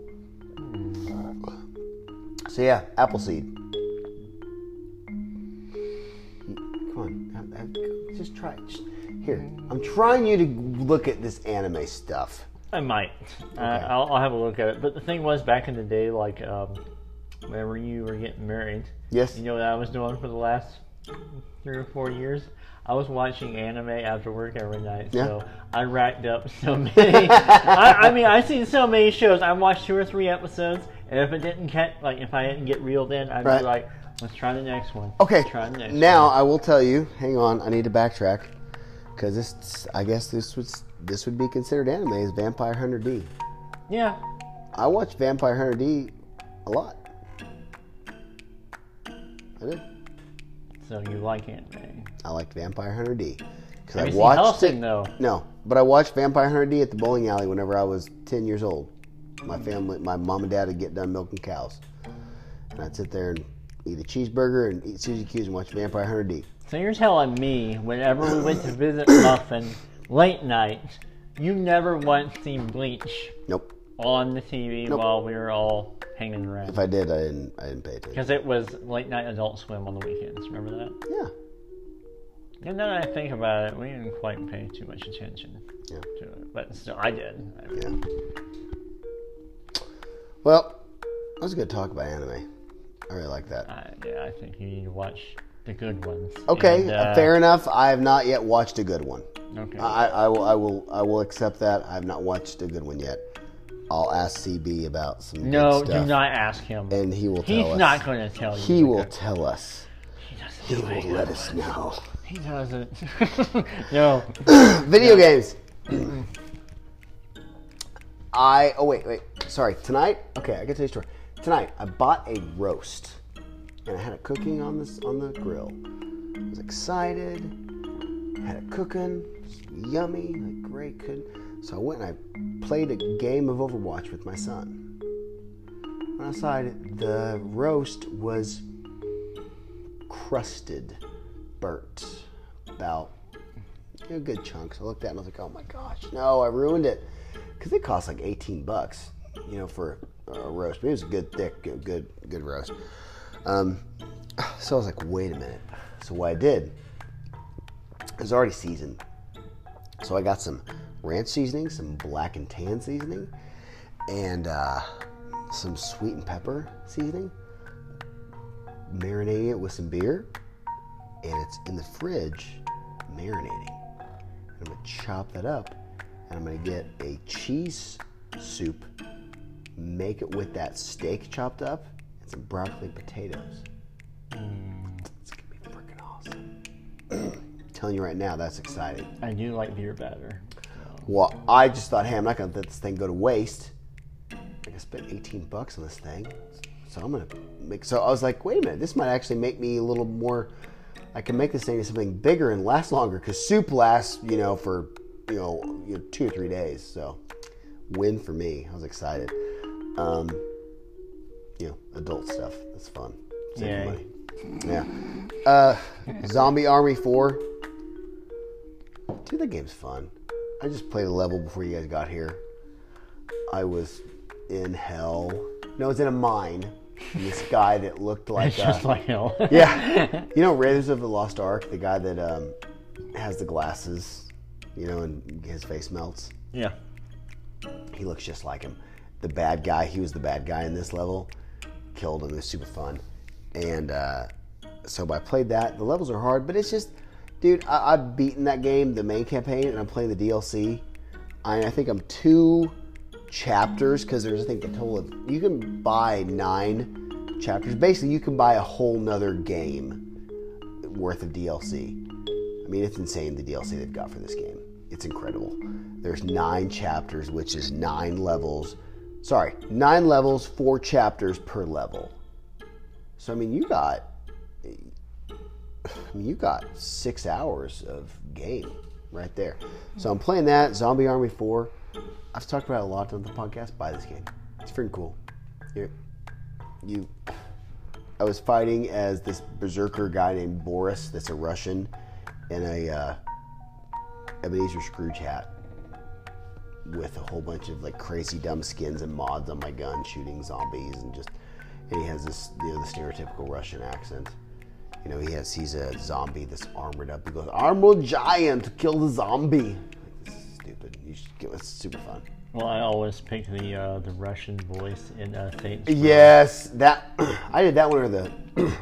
Speaker 1: So yeah, Appleseed. Come on, have- have- just try it. Just- Here, I'm trying you to look at this anime stuff.
Speaker 2: I might. Uh, I'll, I'll have a look at it. But the thing was, back in the day, like um, whenever you were getting married,
Speaker 1: Yes.
Speaker 2: you know what I was doing for the last three or four years? I was watching anime after work every night. So I racked up so many. I, I mean, I've seen so many shows. I watched two or three episodes, and if it didn't catch, like if I didn't get reeled in, I'd
Speaker 1: Right. Oh.
Speaker 2: be like, let's try the next one.
Speaker 1: Okay.
Speaker 2: Let's try the next
Speaker 1: Now I will tell you. Hang on, I need to backtrack because this. I guess this was this would be considered anime is Vampire Hunter D.
Speaker 2: one. Yeah.
Speaker 1: I watched Vampire Hunter D a lot. I did.
Speaker 2: So you like anime?
Speaker 1: I liked Vampire Hunter D because
Speaker 2: Have
Speaker 1: I
Speaker 2: you seen
Speaker 1: watched
Speaker 2: Hellsing
Speaker 1: it.
Speaker 2: though?
Speaker 1: No, but I watched Vampire Hunter D at the bowling alley whenever I was ten years old. My family, my mom and dad would get done milking cows, and I'd sit there and eat a cheeseburger and eat Suzy Q's and watch Vampire Hunter D.
Speaker 2: So you're telling me whenever we went to visit Muffin late night, you never once seen Bleach
Speaker 1: Nope.
Speaker 2: on the TV
Speaker 1: Nope.
Speaker 2: while we were all hanging around?
Speaker 1: If I did, I didn't. I didn't pay attention.
Speaker 2: Because it was late night Adult Swim on the weekends. Remember that?
Speaker 1: Yeah.
Speaker 2: And now that I think about it, we didn't quite pay too much attention
Speaker 1: Yeah.
Speaker 2: to it, but still, I did. I
Speaker 1: Yeah. Well, that was a good talk about anime. I really like that.
Speaker 2: I, yeah, I think you need to watch the good ones.
Speaker 1: Okay,
Speaker 2: And,
Speaker 1: uh,
Speaker 2: uh,
Speaker 1: fair enough. I have not yet watched a good one.
Speaker 2: Okay.
Speaker 1: I, I will, I will, I will accept that. I have not watched a good one yet. I'll ask CB about some good
Speaker 2: no, do
Speaker 1: stuff,
Speaker 2: not ask him.
Speaker 1: and he will tell
Speaker 2: He's
Speaker 1: us.
Speaker 2: not going to tell you.
Speaker 1: he will
Speaker 2: because
Speaker 1: tell us.
Speaker 2: He
Speaker 1: He
Speaker 2: doesn't.
Speaker 1: will let us know.
Speaker 2: He doesn't. no.
Speaker 1: Video games. I oh wait wait sorry tonight okay I can tell you a story tonight I bought a roast and I had it cooking on this on the grill I was excited had it cooking it's yummy like great good so I went and I played a game of Overwatch with my son when I saw it the roast was crusted burnt about you know, good chunks. I looked at it and I was like, oh my gosh, no, I ruined it. Because it cost like 18 bucks, you know, for a roast. But it was a good, thick, good, good, good roast. Um, so I was like, wait a minute. So what I did, it was already seasoned. So I got some ranch seasoning, some black and tan seasoning, and uh, some sweet and pepper seasoning. Marinating it with some beer, and it's in the fridge marinating. I'm gonna chop that up and I'm gonna get a cheese soup, make it with that steak chopped up and some broccoli and potatoes. It's gonna be freaking awesome. Telling you right now, that's exciting.
Speaker 2: I do like beer better.
Speaker 1: Well, I just thought, hey, I'm not gonna let this thing go to waste. Like I spent 18 bucks on this thing, so I'm gonna make. So I was like, wait a minute, this might actually make me a little more. I can make this thing into something bigger and last longer because soup lasts, you know, for you know, you know, two or three days. So win for me. I was excited. Um, you know, adult stuff. That's fun. Saving
Speaker 2: Yay.
Speaker 1: money. Yeah. Uh, Zombie Army Four. Dude, that game's fun. I just played a level before you guys got here. I was in hell. No, I was in a mine. And this guy that looked like
Speaker 2: It's
Speaker 1: a-
Speaker 2: just like hell.
Speaker 1: yeah. You know Raiders of the Lost Ark, the guy that um, has the glasses, you know, and his face melts.
Speaker 2: yeah.
Speaker 1: He looks just like him. The bad guy, he was the bad guy in this level. Killed him. It was super fun. And uh, so I played that. The levels are hard, but it's just, dude, I, I've beaten that game, the main campaign, and I'm playing the DLC. I, I think I'm two chapters because there's I think a total of you can buy nine chapters. Basically, you can buy a whole nother game worth of DLC. I mean, it's insane the DLC they've got for this game. It's incredible. There's nine chapters, which is nine levels. Sorry, nine levels, four chapters per level. So I mean, you got, I mean, you got six hours of game right there. So I'm playing that Zombie Army Four. I've talked about it a lot on the podcast. Buy this game. It's freaking cool. You're, you I was fighting as this berserker guy named Boris, that's a Russian, in a uh, Ebenezer Scrooge hat with a whole bunch of like crazy dumb skins and mods on my gun, shooting zombies and just. And he has this, you know, the stereotypical Russian accent. You know, he has he's a zombie that's armored up. He goes, "Armored giant, kill the zombie." Like, this is stupid. You should get. It's super fun.
Speaker 2: Well, I always pick the uh, the Russian voice in uh, Saints.
Speaker 1: Yes, that I did that one or the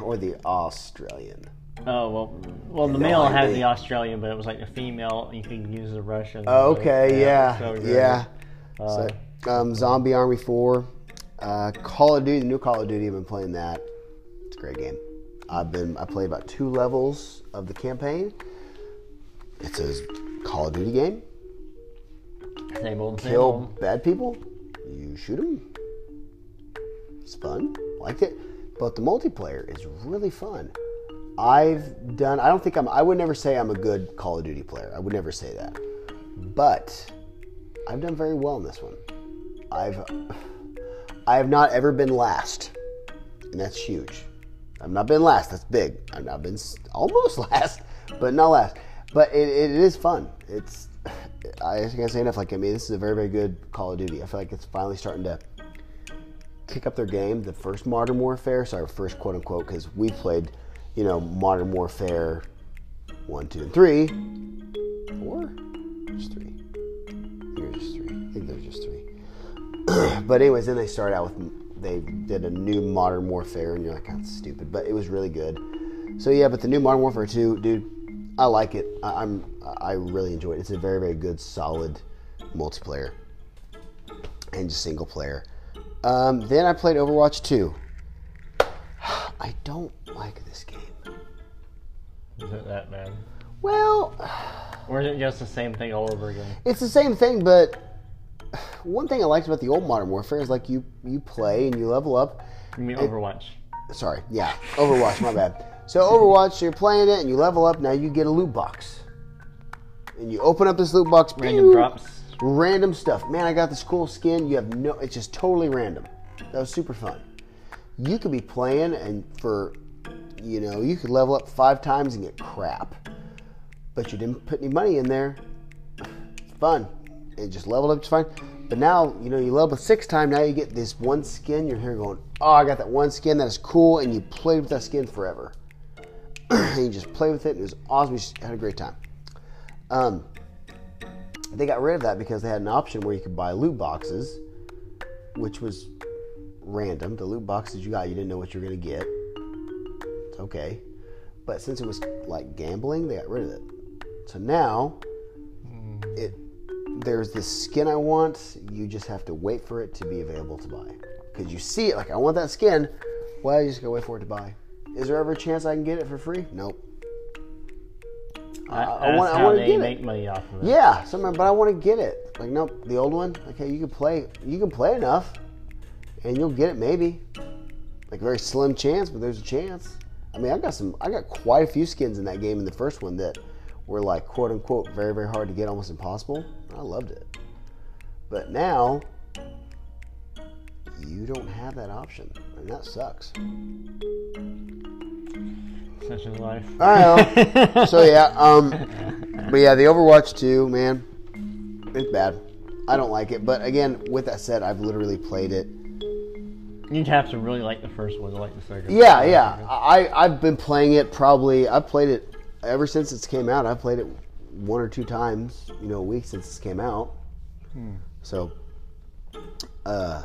Speaker 1: or the Australian.
Speaker 2: Oh well, well the male had
Speaker 1: idea.
Speaker 2: the Australian, but it was like the female. You could use the Russian.
Speaker 1: Oh, Okay, yeah,
Speaker 2: so good. Uh,
Speaker 1: yeah. So, um, Zombie Army Four, uh, Call of Duty, the new Call of Duty. I've been playing that. It's a great game. I've been I played about two levels of the campaign. It's a Call of Duty game.
Speaker 2: Same old, same
Speaker 1: Kill
Speaker 2: old.
Speaker 1: bad people. You shoot them. It's fun. Liked it, but the multiplayer is really fun. I've done. I don't think I'm. I would never say I'm a good Call of Duty player. I would never say that. But I've done very well in this one. I've. I have not ever been last, and that's huge. I've not been last. That's big. I've not been s- almost last, but not last. But it, it is fun. It's. I think I say enough. Like I mean, this is a very very good Call of Duty. I feel like it's finally starting to kick up their game. The first Modern Warfare, sorry, first quote unquote, because we played, you know, Modern Warfare one, two, and three, four, just three. There's just three. I think there's just three. but anyways, then they started out with they did a new Modern Warfare, and you're like, that's stupid, but it was really good. So yeah, but the new Modern Warfare two, dude, I like it. I, I'm I really enjoy it. It's a very very good solid multiplayer and just single player. Um, then I played Overwatch 2. I don't like this game.
Speaker 2: Is it that bad?
Speaker 1: Well,
Speaker 2: Or is it just the same thing all over again?
Speaker 1: it's the same thing, but one thing I liked about the old Modern Warfare is like you you play and you level up.
Speaker 2: You mean Overwatch?
Speaker 1: Sorry, yeah, Overwatch. my bad. So Overwatch, you're playing it and you level up. Now you get a loot box, and you open up this loot box.
Speaker 2: Random
Speaker 1: pew,
Speaker 2: drops.
Speaker 1: random stuff. Man, I got this cool skin. You have no, it's just totally random. That was super fun. You could be playing and for, you know, you could level up five times and get crap, but you didn't put any money in there. Fun. It just leveled up just fine. But now, you know, you level up six time. Now you get this one skin. You're here going, oh, I got that one skin. That is cool. And you played with that skin forever. and you just played with it. And it was awesome. You just had a great time. Um, they got rid of that because they had an option where you could buy loot boxes, which was random. The loot boxes you got, you didn't know what you were going to get. It's okay. But since it was like gambling, they got rid of it. So now it there's this skin I want, you just have to wait for it to be available to buy. Cuz you see it like I want that skin, well, you just go wait for it to buy. Is there ever a chance I can get it for free? Nope.
Speaker 2: That-
Speaker 1: I
Speaker 2: that's
Speaker 1: wanna- I
Speaker 2: how
Speaker 1: wanna
Speaker 2: they
Speaker 1: get it.
Speaker 2: make money off of it.
Speaker 1: Yeah, something, but I want to get it. Like, nope, the old one. Okay, you can play. You can play enough, and you'll get it maybe. Like a very slim chance, but there's a chance. I mean, I got some. I got quite a few skins in that game in the first one that were like quote unquote very very hard to get, almost impossible. I loved it. But now you don't have that option, and that sucks.
Speaker 2: Such is life.
Speaker 1: I know. so yeah, um, but yeah, the Overwatch 2, man, it's bad. I don't like it. But again, with that said, I've literally played it.
Speaker 2: You'd have to really like the first one to like the second.
Speaker 1: Yeah,
Speaker 2: one.
Speaker 1: yeah. I I've been playing it probably. I've played it ever since it came out. I've played it one or two times, you know, a week since it came out. So, uh,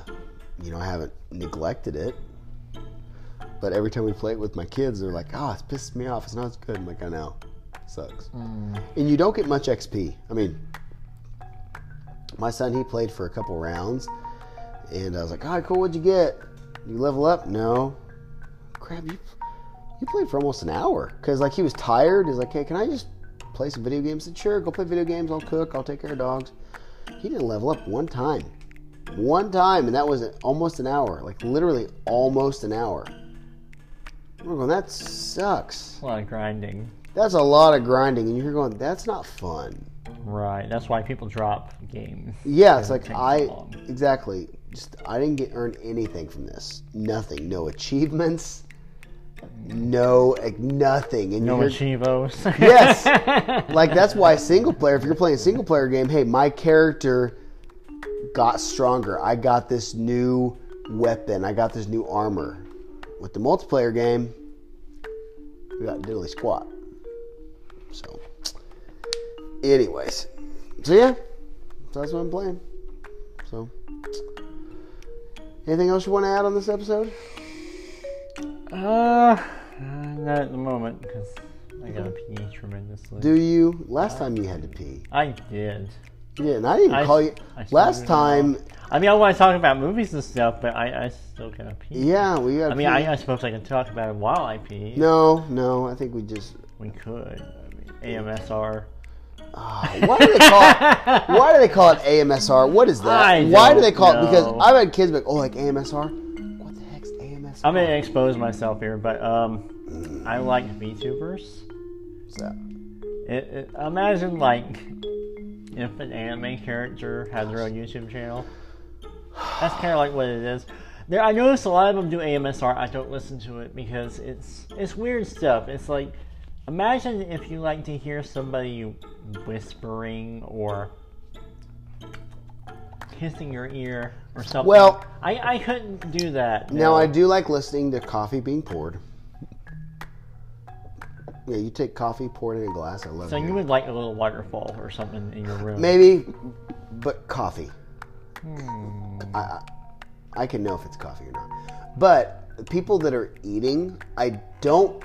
Speaker 1: you know, I haven't neglected it. But every time we play it with my kids, they're like, "Oh, it's pissed me off. It's not as good." I'm like, "I know, sucks." And you don't get much XP. I mean, my son he played for a couple rounds, and I was like, "All right, cool. What'd you get? You level up?" No. Crap, you you played for almost an hour because like he was tired. He's like, "Hey, can I just play some video games?" I said, "Sure, go play video games. I'll cook. I'll take care of dogs." He didn't level up one time, one time, and that was almost an hour. Like literally almost an hour. We're going. That sucks.
Speaker 2: A lot of grinding.
Speaker 1: That's a lot of grinding, and you're going. That's not fun.
Speaker 2: Right. That's why people drop games.
Speaker 1: Yeah, it's like
Speaker 2: takes
Speaker 1: I
Speaker 2: that long.
Speaker 1: exactly. Just I didn't get earn anything from this. Nothing. No achievements. No, like, nothing. And
Speaker 2: No
Speaker 1: you're-
Speaker 2: achievos.
Speaker 1: Yes. like that's why single player. If you're playing a single player game, hey, my character got stronger. I got this new weapon. I got this new armor. With the multiplayer game, we got diddly squat. So, anyways, so yeah, so that's what I'm playing. So, anything else you want to add on this episode?
Speaker 2: Uh, uh, not at the moment because I gotta pee E tremendously.
Speaker 1: Do you? Last time you had to pee.
Speaker 2: I did.
Speaker 1: You didn't. I didn't
Speaker 2: I-
Speaker 1: call you.
Speaker 2: I still
Speaker 1: Last
Speaker 2: didn't
Speaker 1: time,
Speaker 2: I mean, I want to talk about movies and stuff, but I, I still gotta pee.
Speaker 1: yeah, E. we got.
Speaker 2: E. I mean, I, I suppose I can talk about it while I pee.
Speaker 1: No, no, I think we just.
Speaker 2: We could. I mean, AMSR.
Speaker 1: Ah, why do they call it? Why do they call it AMSR? What is that?
Speaker 2: I
Speaker 1: why do
Speaker 2: don't
Speaker 1: they call it? Because
Speaker 2: know.
Speaker 1: I've had kids be like, "Oh, like AMSR." What the heck's AMSR? That's
Speaker 2: I'm gonna expose myself here, but um, I like VTubers.
Speaker 1: what's up.
Speaker 2: It, it, imagine like if an anime character had their own YouTube channel. That's kind of like what it is. There, I notice a lot of them do AMSR. I don't listen to it because it's it's weird stuff. It's like imagine if you like to hear somebody whispering or kissing your ear or something.
Speaker 1: Well-
Speaker 2: I, I couldn't do that.
Speaker 1: Now I do like listening to coffee being poured. Yeah, you take coffee, pour it in a glass. I love
Speaker 2: So
Speaker 1: it.
Speaker 2: you would like a little waterfall or something in your room.
Speaker 1: Maybe, but coffee. I, I I can know if it's coffee or not. But the people that are eating, I don't.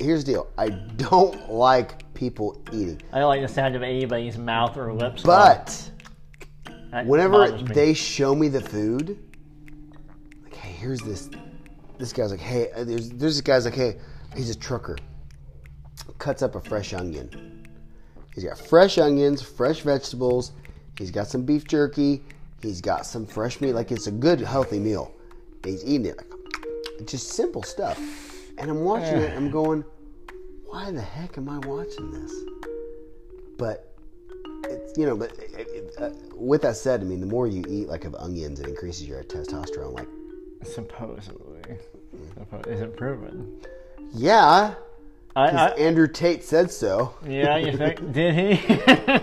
Speaker 1: Here's the deal. I don't like people eating.
Speaker 2: I don't like the sound of anybody's mouth or lips.
Speaker 1: But
Speaker 2: That
Speaker 1: whenever
Speaker 2: bothers me.
Speaker 1: they show me the food, like, hey, here's this. This guy's like, hey, uh, there's, there's this guy's like, hey, he's a trucker. Cuts up a fresh onion. He's got fresh onions, fresh vegetables. He's got some beef jerky. He's got some fresh meat. Like, it's a good, healthy meal. And he's eating it. Like, just simple stuff. And I'm watching
Speaker 2: Eh.
Speaker 1: it. I'm going, why the heck am I watching this? But it's, you know, but it, it, uh, with that said, I mean, the more you eat like of onions, it increases your testosterone. Like,
Speaker 2: supposedly, Suppo- is it proven?
Speaker 1: yeah,
Speaker 2: I,
Speaker 1: 'cause
Speaker 2: I,
Speaker 1: Andrew Tate said so.
Speaker 2: Uh, yeah, you think? Did he?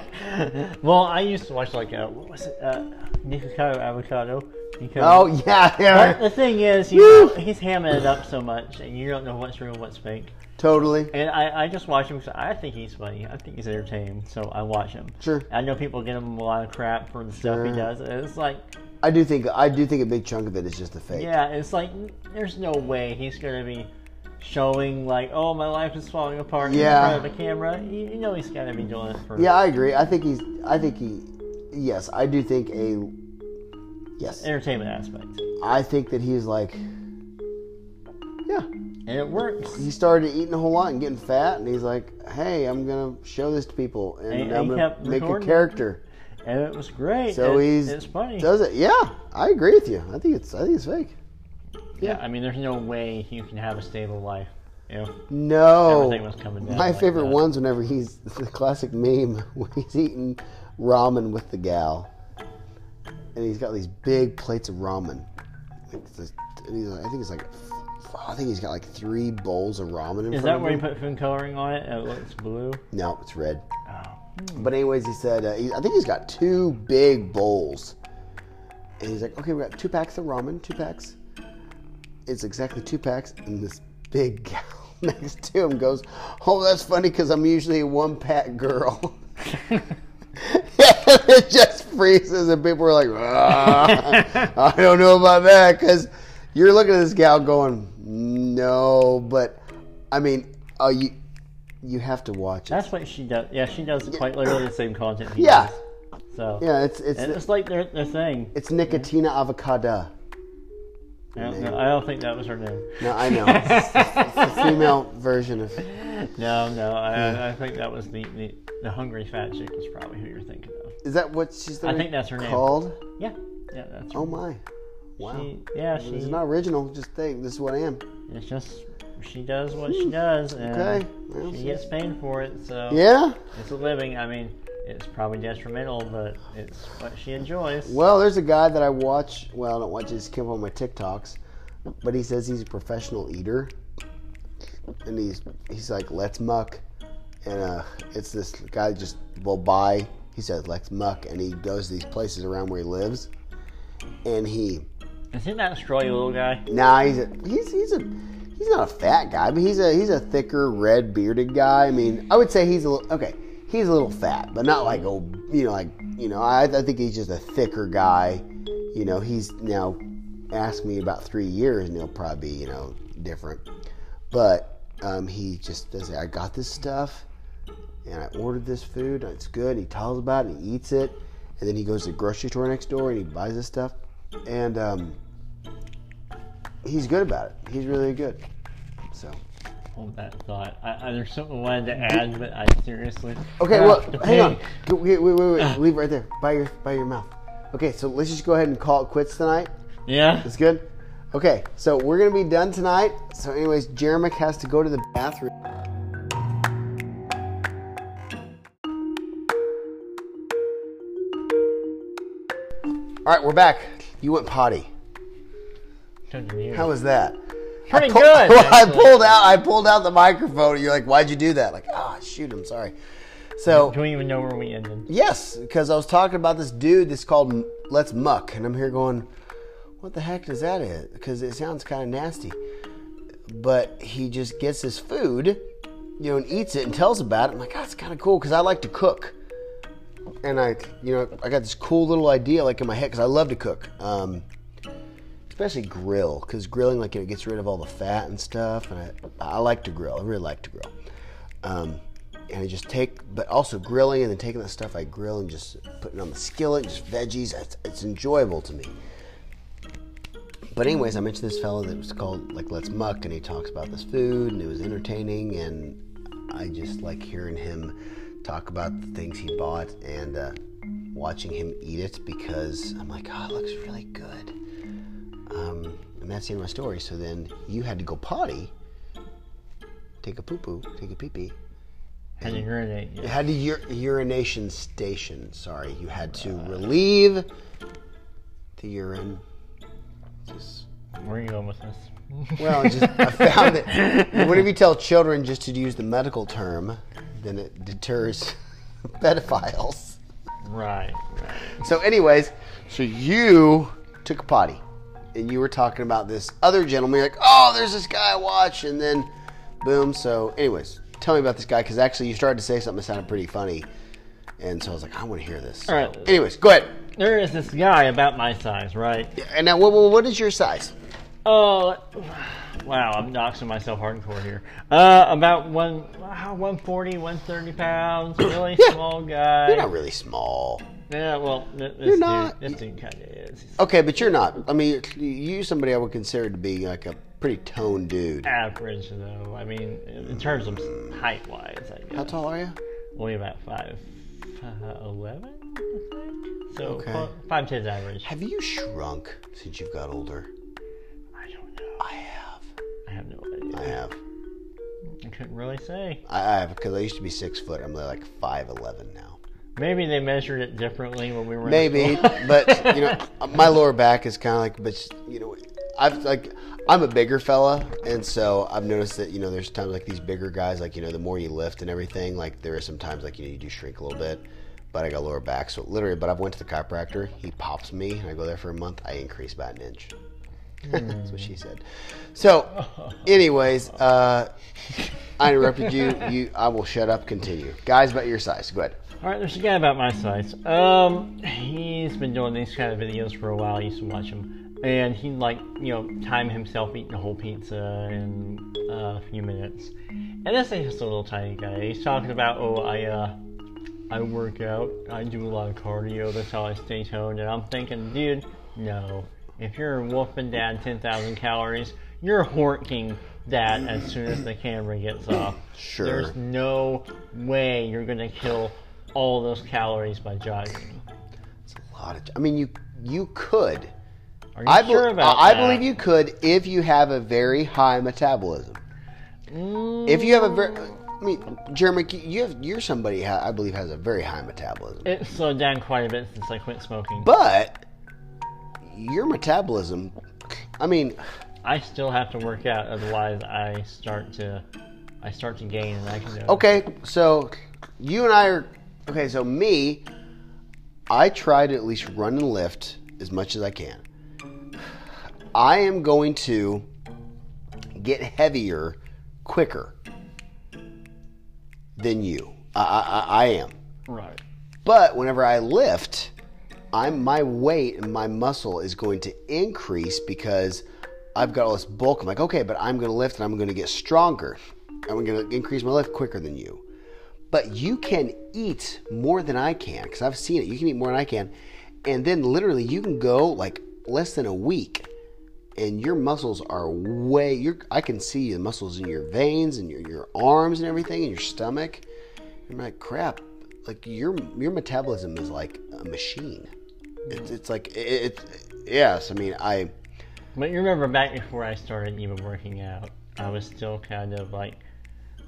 Speaker 2: well, I used to watch like uh what was it? Uh, Nikocado Avocado. Because
Speaker 1: Oh yeah,
Speaker 2: But
Speaker 1: yeah,
Speaker 2: the thing is, he's, he's hamming it up so much, and you don't know what's real, and what's fake.
Speaker 1: totally.
Speaker 2: And I, I just watch him because I think he's funny. I think he's entertaining, so I watch him.
Speaker 1: Sure.
Speaker 2: I know people give him a lot of crap for the stuff he
Speaker 1: Sure.
Speaker 2: does. and It's like,
Speaker 1: I do think I do think a big chunk of it is just a fake.
Speaker 2: yeah, it's like there's no way he's gonna be showing like, oh, my life is falling apart
Speaker 1: Yeah.
Speaker 2: in front of a camera. You, you know he's gotta be doing it for.
Speaker 1: Yeah, I agree. I think he's. I think he. Yes, I do think a. Yes,
Speaker 2: Entertainment aspect,
Speaker 1: I think that he's like. Yeah,
Speaker 2: and it works.
Speaker 1: he started eating a whole lot and getting fat, and he's like, "Hey, I'm gonna show this to people, and,
Speaker 2: And- and
Speaker 1: I'm
Speaker 2: he
Speaker 1: gonna
Speaker 2: kept
Speaker 1: make
Speaker 2: recording.
Speaker 1: a character."
Speaker 2: And it was great.
Speaker 1: So
Speaker 2: it-
Speaker 1: he's
Speaker 2: it's funny.
Speaker 1: Does it? Yeah, I agree with you. I think it's I think it's fake.
Speaker 2: yeah, I mean, there's no way you can have a stable life. You know,
Speaker 1: No,
Speaker 2: everything was coming down.
Speaker 1: Oh, my
Speaker 2: like
Speaker 1: favorite
Speaker 2: that.
Speaker 1: one's whenever he's the classic meme when he's eating ramen with the gal, and he's got these big plates of ramen. It's just- and he's like- I think it's like I think he's got like three bowls of ramen. In
Speaker 2: Is
Speaker 1: front
Speaker 2: that
Speaker 1: of
Speaker 2: where you
Speaker 1: him.
Speaker 2: put food coloring on it? And it looks blue.
Speaker 1: No, it's red.
Speaker 2: Oh.
Speaker 1: But anyways, he said, uh, he, I think he's got two big bowls. And he's like, okay, we got two packs of ramen, two packs. It's exactly two packs, and this big gal next to him goes, oh, that's funny because I'm usually a one pack girl. it just freezes, and people are like, "Ah, I don't know about that because you're looking at this gal going, no, but I mean, uh, you you have to watch it.
Speaker 2: That's what she does. Yeah, she does quite literally the same content. He
Speaker 1: Yeah.
Speaker 2: Does. So
Speaker 1: Yeah, it's it's
Speaker 2: And it's like their, their thing.
Speaker 1: It's Nicotina avocada.
Speaker 2: I don't, know- I don't think that was her name.
Speaker 1: No, I know. It's, it's the female version of.
Speaker 2: No, no, I, I think that was the, the the hungry fat chick was probably who you're thinking of.
Speaker 1: Is that what she's?
Speaker 2: I think that's her name.
Speaker 1: called?
Speaker 2: Yeah, yeah, that's.
Speaker 1: Oh my! Wow.
Speaker 2: She, yeah, she.
Speaker 1: It's not original. Just think, this is what I am.
Speaker 2: It's just she does what she does, and
Speaker 1: Okay. Well,
Speaker 2: she gets paid for it. So
Speaker 1: Yeah.
Speaker 2: it's a living. I mean, it's probably detrimental, but it's what she enjoys.
Speaker 1: Well, there's a guy that I watch. Well, I don't watch his came on my TikToks, but he says he's a professional eater, and he's he's like, let's muck, and uh, it's this guy that just will buy. He says, let's muck, and he goes to these places around where he lives, and he
Speaker 2: Isn't that Stroy little guy?
Speaker 1: Nah, he's a he's he's a he's not a fat guy, but he's a he's a thicker, red bearded guy. I mean, I would say he's a little okay. He's a little fat, but not like old. You know, like you know, I I think he's just a thicker guy. You know, he's now asked me about three years, and he'll probably be you know different. But um, he just does. I got this stuff, and I ordered this food. and It's good. He tells about it. He eats it, and then he goes to the grocery store next door and he buys this stuff, and. um he's good about it. He's really good. So
Speaker 2: Hold that thought. I, I, there's something I wanted to add, but I seriously.
Speaker 1: okay,
Speaker 2: have
Speaker 1: well,
Speaker 2: to
Speaker 1: hang on.
Speaker 2: pee.
Speaker 1: Go- Wait, wait, wait, wait. Leave right there by your by your mouth. Okay, so let's just go ahead and call it quits tonight.
Speaker 2: Yeah.
Speaker 1: That's good. Okay, so we're gonna be done tonight. So, anyways, Jeremic has to go to the bathroom. All right, we're back. You went potty. How was that?
Speaker 2: Pretty
Speaker 1: I pull-
Speaker 2: good,
Speaker 1: I
Speaker 2: actually.
Speaker 1: pulled out. I pulled out the microphone. And you're like, "Why'd you do that?" Like, ah, shoot, I'm sorry. So
Speaker 2: Don't even know where we ended.
Speaker 1: Yes, because I was talking about this dude that's called M- Let's Muck, and I'm here going, what the heck does that is? Because it sounds kind of nasty. But he just gets his food, you know, and eats it and tells about it. I'm like, that's kind of cool because I like to cook. And I, you know, I got this cool little idea like in my head because I love to cook, um, especially grill because grilling like it gets rid of all the fat and stuff. And I, I like to grill. I really like to grill um, and I just take, but also grilling and then taking that stuff I grill and just putting it on the skillet, just veggies. It's, it's enjoyable to me. But anyways, I mentioned this fellow that was called like Let's Muck, and he talks about this food, and it was entertaining, and I just like hearing him talk about the things he bought and uh, watching him eat it because I'm like, oh, it looks really good. Um, and that's the end of my story. So then you had to go potty, take a poo poo, take a pee pee,
Speaker 2: Had to urinate.
Speaker 1: you
Speaker 2: Yeah.
Speaker 1: had to ur- urination station. Sorry, you had to relieve the urine. Just,
Speaker 2: Where are you going with this?
Speaker 1: well, just I found that whenever you tell children just to use the medical term, then it deters pedophiles.
Speaker 2: right, right.
Speaker 1: So, anyways, so you took a potty, and you were talking about this other gentleman. You're like, oh, there's this guy I watch, and then, boom. So, anyways, tell me about this guy because actually, you started to say something that sounded pretty funny, and so I was like, I want to hear this.
Speaker 2: All right.
Speaker 1: Anyways, go ahead.
Speaker 2: There is this guy about my size, right?
Speaker 1: And now, what, what is your size?
Speaker 2: Oh, wow, I'm doxing myself hardcore here. Uh, about one, wow, 140, 130 pounds, really
Speaker 1: Yeah.
Speaker 2: small guy.
Speaker 1: You're not really small.
Speaker 2: Yeah, well, th- this
Speaker 1: You're
Speaker 2: dude,
Speaker 1: not.
Speaker 2: this dude kind of is. He's
Speaker 1: Okay, but you're not. I mean, you somebody I would consider to be like a pretty toned dude.
Speaker 2: Ah. average, though. I mean, in in terms of height wise, I
Speaker 1: How
Speaker 2: guess.
Speaker 1: tall are you?
Speaker 2: Only about five, uh, 11, I think. So,
Speaker 1: Okay.
Speaker 2: okay. five ten's average.
Speaker 1: Have you shrunk since you've got older?
Speaker 2: I don't know.
Speaker 1: I have.
Speaker 2: I have no idea.
Speaker 1: I have.
Speaker 2: I couldn't really say.
Speaker 1: I I have because I used to be six foot. I'm like five eleven now.
Speaker 2: Maybe they measured it differently when we were in
Speaker 1: Maybe,
Speaker 2: school.
Speaker 1: but you know, my lower back is kind of like. But you know, I've like I'm a bigger fella, and so I've noticed that you know there's times like these bigger guys like you know the more you lift and everything like there is sometimes like you know you do shrink a little bit. But I got lower back, so literally. But I've went to the chiropractor. He pops me, and I go there for a month. I increase about an inch. That's what she said. So, anyways, uh, I interrupted you. You, I will shut up. Continue, guys. About your size. Go ahead.
Speaker 2: All right, there's a guy about my size. Um, he's been doing these kind of videos for a while. I used to watch him, and he'd like you know time himself eating a whole pizza in uh, a few minutes. And this thing is a little tiny guy. He's talking about oh I uh I work out, I do a lot of cardio. That's how I stay toned. And I'm thinking, dude, no. If you're wolfing down 10,000 calories, you're horking that as soon as the camera gets off.
Speaker 1: Sure.
Speaker 2: There's no way you're gonna kill all those calories by jogging.
Speaker 1: A lot of. I mean, you you could.
Speaker 2: Are you
Speaker 1: I,
Speaker 2: sure
Speaker 1: bel-
Speaker 2: about
Speaker 1: I, I
Speaker 2: that?
Speaker 1: believe you could if you have a very high metabolism.
Speaker 2: Mm.
Speaker 1: If you have a very, I mean, Jeremy, you- you have you're somebody ha- I believe has a very high metabolism,
Speaker 2: It's slowed down quite a bit since I quit smoking.
Speaker 1: but your metabolism, I mean,
Speaker 2: I still have to work out, otherwise I start to, I start to gain, and I can. notice.
Speaker 1: okay, so you and I are okay. So me, I try to at least run and lift as much as I can. I am going to get heavier quicker than you. I, I, I- I am.
Speaker 2: Right.
Speaker 1: But whenever I lift, I'm my weight and my muscle is going to increase because I've got all this bulk. I'm like, okay, but I'm going to lift and I'm going to get stronger. I'm going to increase my lift quicker than you. But you can eat more than I can because I've seen it. You can eat more than I can, and then literally you can go like less than a week, and your muscles are way. You're, I can see the muscles in your veins and your your arms and everything, and your stomach. I'm like, crap. Like your your metabolism is like a machine. It's, it's like it, it, yes. I mean, I
Speaker 2: But you remember back before I started even working out, I was still kind of like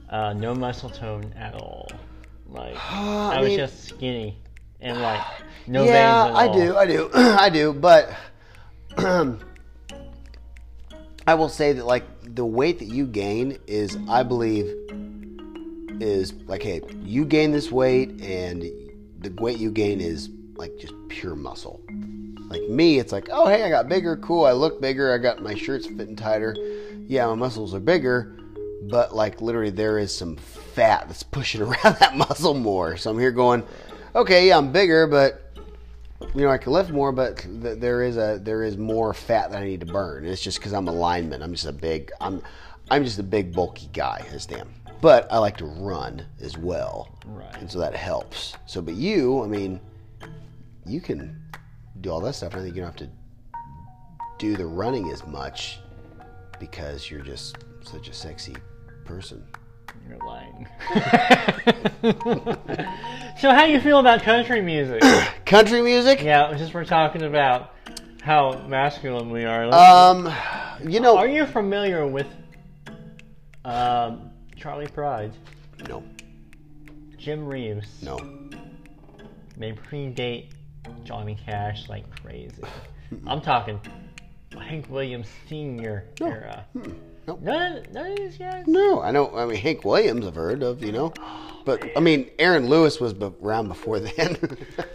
Speaker 2: uh, no muscle tone at all. Like I, was
Speaker 1: mean-
Speaker 2: just skinny and like no
Speaker 1: yeah,
Speaker 2: veins at
Speaker 1: I
Speaker 2: all.
Speaker 1: do, I do, I do. But I will say that like the weight that you gain is, I believe, is like, hey, you gain this weight, and the weight you gain is like just pure muscle. Like me, it's like, oh hey, I got bigger, cool. I look bigger. I got my shirts fitting tighter. Yeah, my muscles are bigger, but like literally, there is some fat that's pushing around that muscle more. So I'm here going, okay, yeah, I'm bigger, but you know, I can lift more, but th- there is a there is more fat that I need to burn. It's just because I'm a lineman. I'm just a big I'm I'm just a big bulky guy. Is damn. But I like to run as well,
Speaker 2: Right.
Speaker 1: and so that helps. So, but you, I mean, you can do all that stuff. and I think you don't have to do the running as much because you're just such a sexy person.
Speaker 2: You're lying. so how do you feel about country music?
Speaker 1: Country music.
Speaker 2: yeah, since we're talking about how masculine we are, let's-
Speaker 1: Um, you know,
Speaker 2: are you familiar with um, Charlie Pride,
Speaker 1: no,
Speaker 2: Jim Reeves?
Speaker 1: no.
Speaker 2: They predate Johnny Cash like crazy. I'm talking Hank Williams Sr. era.
Speaker 1: Nope.
Speaker 2: None, none of these guys?
Speaker 1: No, I know. I mean, Hank Williams, I've heard of, you know, but I mean, Aaron Lewis was be- around before then.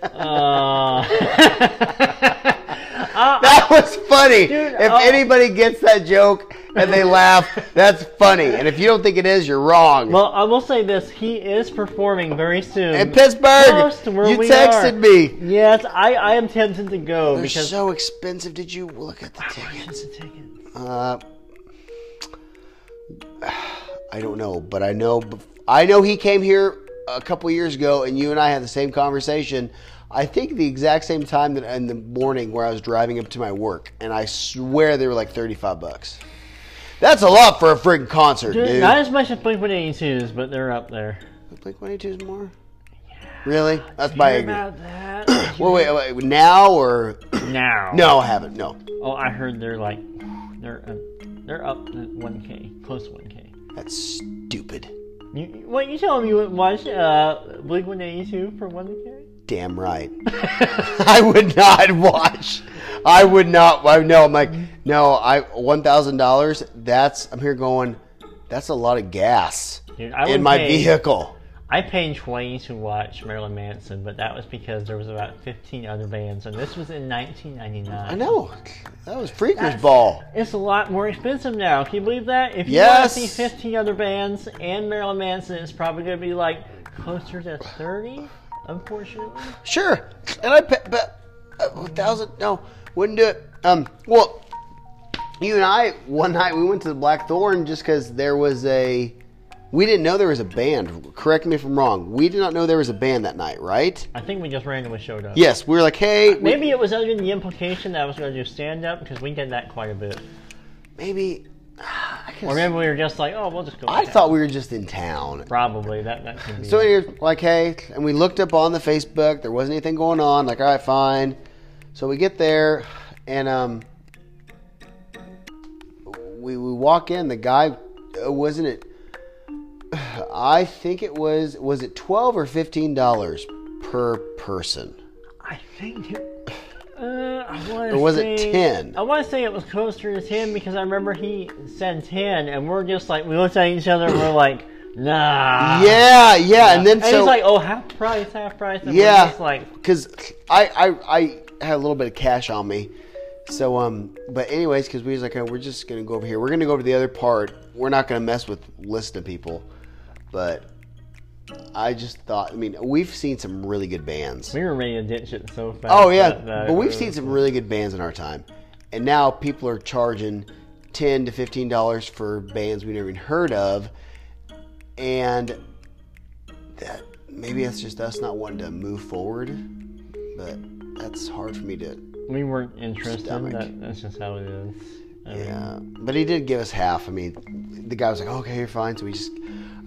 Speaker 2: Uh, uh,
Speaker 1: that was funny.
Speaker 2: Dude,
Speaker 1: if
Speaker 2: oh.
Speaker 1: anybody gets that joke and they laugh, that's funny. And if you don't think it is, you're wrong.
Speaker 2: well, I will say this. He is performing very soon.
Speaker 1: In Pittsburgh,
Speaker 2: close to where
Speaker 1: you
Speaker 2: we
Speaker 1: texted
Speaker 2: are.
Speaker 1: me.
Speaker 2: Yes, I, I am tempted to go
Speaker 1: They're
Speaker 2: because
Speaker 1: so expensive. Did you look at the tickets? Uh, I don't know, but I know bef- I know he came here a couple years ago, and you and I had the same conversation. I think the exact same time that in the morning where I was driving up to my work, and I swear they were like thirty-five bucks. That's a lot for a freaking concert, dude.
Speaker 2: Dude, not as much as Blink 182s, but they're up there.
Speaker 1: Blink One Eighty Two is more. Really? That's my
Speaker 2: Hear
Speaker 1: ignorance.
Speaker 2: about that?
Speaker 1: Well, wait, wait, now or
Speaker 2: now.
Speaker 1: no? I haven't. No,
Speaker 2: Oh, I heard they're like, they're uh, they're up to 1K, close to 1K.
Speaker 1: that's stupid.
Speaker 2: You, what you telling me? You would watch uh, Blink 182 for 1K?
Speaker 1: Damn right. I would not watch. I would not. I, no, I'm like, no, I one thousand dollars. That's I'm here going. That's a lot of gas
Speaker 2: Dude, I would
Speaker 1: in my
Speaker 2: pay,
Speaker 1: vehicle.
Speaker 2: I paid 20 to watch Marilyn Manson, but that was because there was about 15 other bands, and this was in 1999.
Speaker 1: I know that was freakers ball.
Speaker 2: It's a lot more expensive now. Can you believe that? If you
Speaker 1: Yes.
Speaker 2: want to see 15 other bands and Marilyn Manson, it's probably going to be like closer to 30, unfortunately.
Speaker 1: Sure, and I pay, but a thousand. No, wouldn't do it. Um, well, you and I one night we went to the Blackthorn just because there was a. We didn't know there was a band. Correct me if I'm wrong. We did not know there was a band that night, right?
Speaker 2: I think we just randomly showed up.
Speaker 1: Yes, we were like, hey, we-
Speaker 2: Maybe it was under the implication that I was going to do stand up because we did that quite a bit.
Speaker 1: maybe. I,
Speaker 2: Or
Speaker 1: guess,
Speaker 2: maybe we were just like, oh, we'll just go.
Speaker 1: I
Speaker 2: to
Speaker 1: thought we were just in town.
Speaker 2: town. Probably. That, that could be.
Speaker 1: So you're like, hey, and we looked up on the Facebook. There wasn't anything going on. Like, all right, fine. So we get there, and um, we we walk in. The guy uh, wasn't it. I think it was was it twelve or fifteen dollars per person.
Speaker 2: I think it. Uh, I wanna
Speaker 1: Or was it
Speaker 2: say-
Speaker 1: 10?
Speaker 2: I want to say it was closer to 10 because I remember he said 10, and we're just like, we looked at each other and we're like, nah.
Speaker 1: yeah, yeah, and then
Speaker 2: And
Speaker 1: so
Speaker 2: he's like, oh, half price, half price. And
Speaker 1: Yeah.
Speaker 2: We're just like,
Speaker 1: because I, I I had a little bit of cash on me, so um. But anyways, because we was like, oh, we're just gonna go over here. We're gonna go over to the other part. We're not gonna mess with list of people, but I just thought. I mean, we've seen some really good bands.
Speaker 2: we were ready to ditch it so fast.
Speaker 1: Oh yeah,
Speaker 2: that- that
Speaker 1: but
Speaker 2: we
Speaker 1: we've
Speaker 2: were-
Speaker 1: seen some really good bands in our time, and now people are charging ten to fifteen dollars for bands we never even heard of, and that maybe that's just us not wanting to move forward, but that's hard for me to.
Speaker 2: We weren't interested.
Speaker 1: Stomach.
Speaker 2: That, that's just how it is. I mean,
Speaker 1: Yeah, but he did give us half. I mean, the guy was like, "Okay, you're fine." So we just,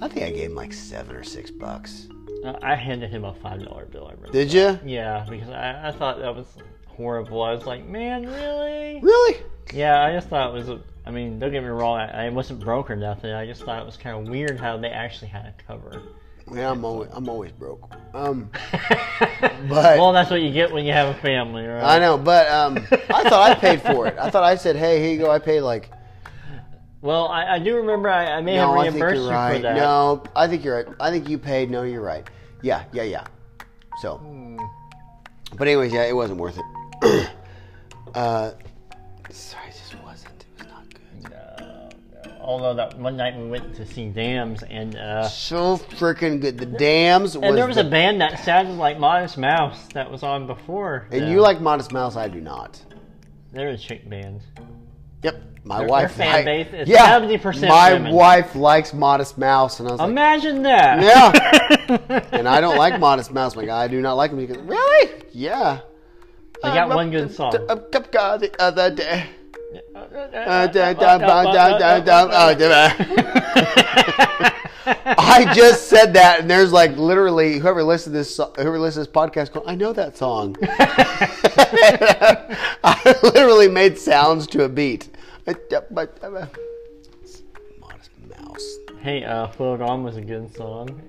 Speaker 1: I think I gave him like seven or six bucks.
Speaker 2: Uh, I handed him a five dollar bill. I remember.
Speaker 1: Did you
Speaker 2: Yeah, because I, I thought that was horrible. I was like, man, really?
Speaker 1: really?
Speaker 2: Yeah, I just thought it was. a- I mean, don't get me wrong. I, I wasn't broke or nothing. I just thought it was kind of weird how they actually had a cover.
Speaker 1: Yeah, I'm always I'm always broke. Um, But-
Speaker 2: well, that's what you get when you have a family, right?
Speaker 1: I know, but um, I thought I paid for it. I thought I said, "Hey, here you go." I paid like.
Speaker 2: Well, I, I do remember. I, I may
Speaker 1: No,
Speaker 2: have
Speaker 1: I think
Speaker 2: reimbursed
Speaker 1: you're
Speaker 2: you
Speaker 1: right.
Speaker 2: for that.
Speaker 1: No, I think you're right. I think you paid. No, you're right. Yeah, yeah, yeah. So,
Speaker 2: Hmm.
Speaker 1: but anyways, yeah, it wasn't worth it. uh, sorry, it just wasn't. It was not good.
Speaker 2: No, no. Although that one night we went to see Dams, and uh,
Speaker 1: So freaking good. The dams was.
Speaker 2: and there was
Speaker 1: the-
Speaker 2: a band that sounded like Modest Mouse that was on before.
Speaker 1: and
Speaker 2: them.
Speaker 1: you like Modest Mouse? I do not.
Speaker 2: they're a chick band.
Speaker 1: Yep, my
Speaker 2: Their-
Speaker 1: wife.
Speaker 2: their
Speaker 1: like-
Speaker 2: fan base is
Speaker 1: yeah,
Speaker 2: 70%
Speaker 1: My
Speaker 2: women. Oh,
Speaker 1: wife likes Modest Mouse, and I was like,
Speaker 2: Imagine that.
Speaker 1: Yeah. and I don't like Modest Mouse. My guy, I do not like him. He goes, really? Yeah.
Speaker 2: They got one good song.
Speaker 1: A cup guy the other day. Uh, da- da- ba- da- da- da- oh,
Speaker 2: I
Speaker 1: da- I just said that, and there's like literally whoever listened to this so- whoever listened to this podcast going, I know that song. I literally made sounds to a beat. Modest Mouse.
Speaker 2: Hey, uh, Float On was a good song.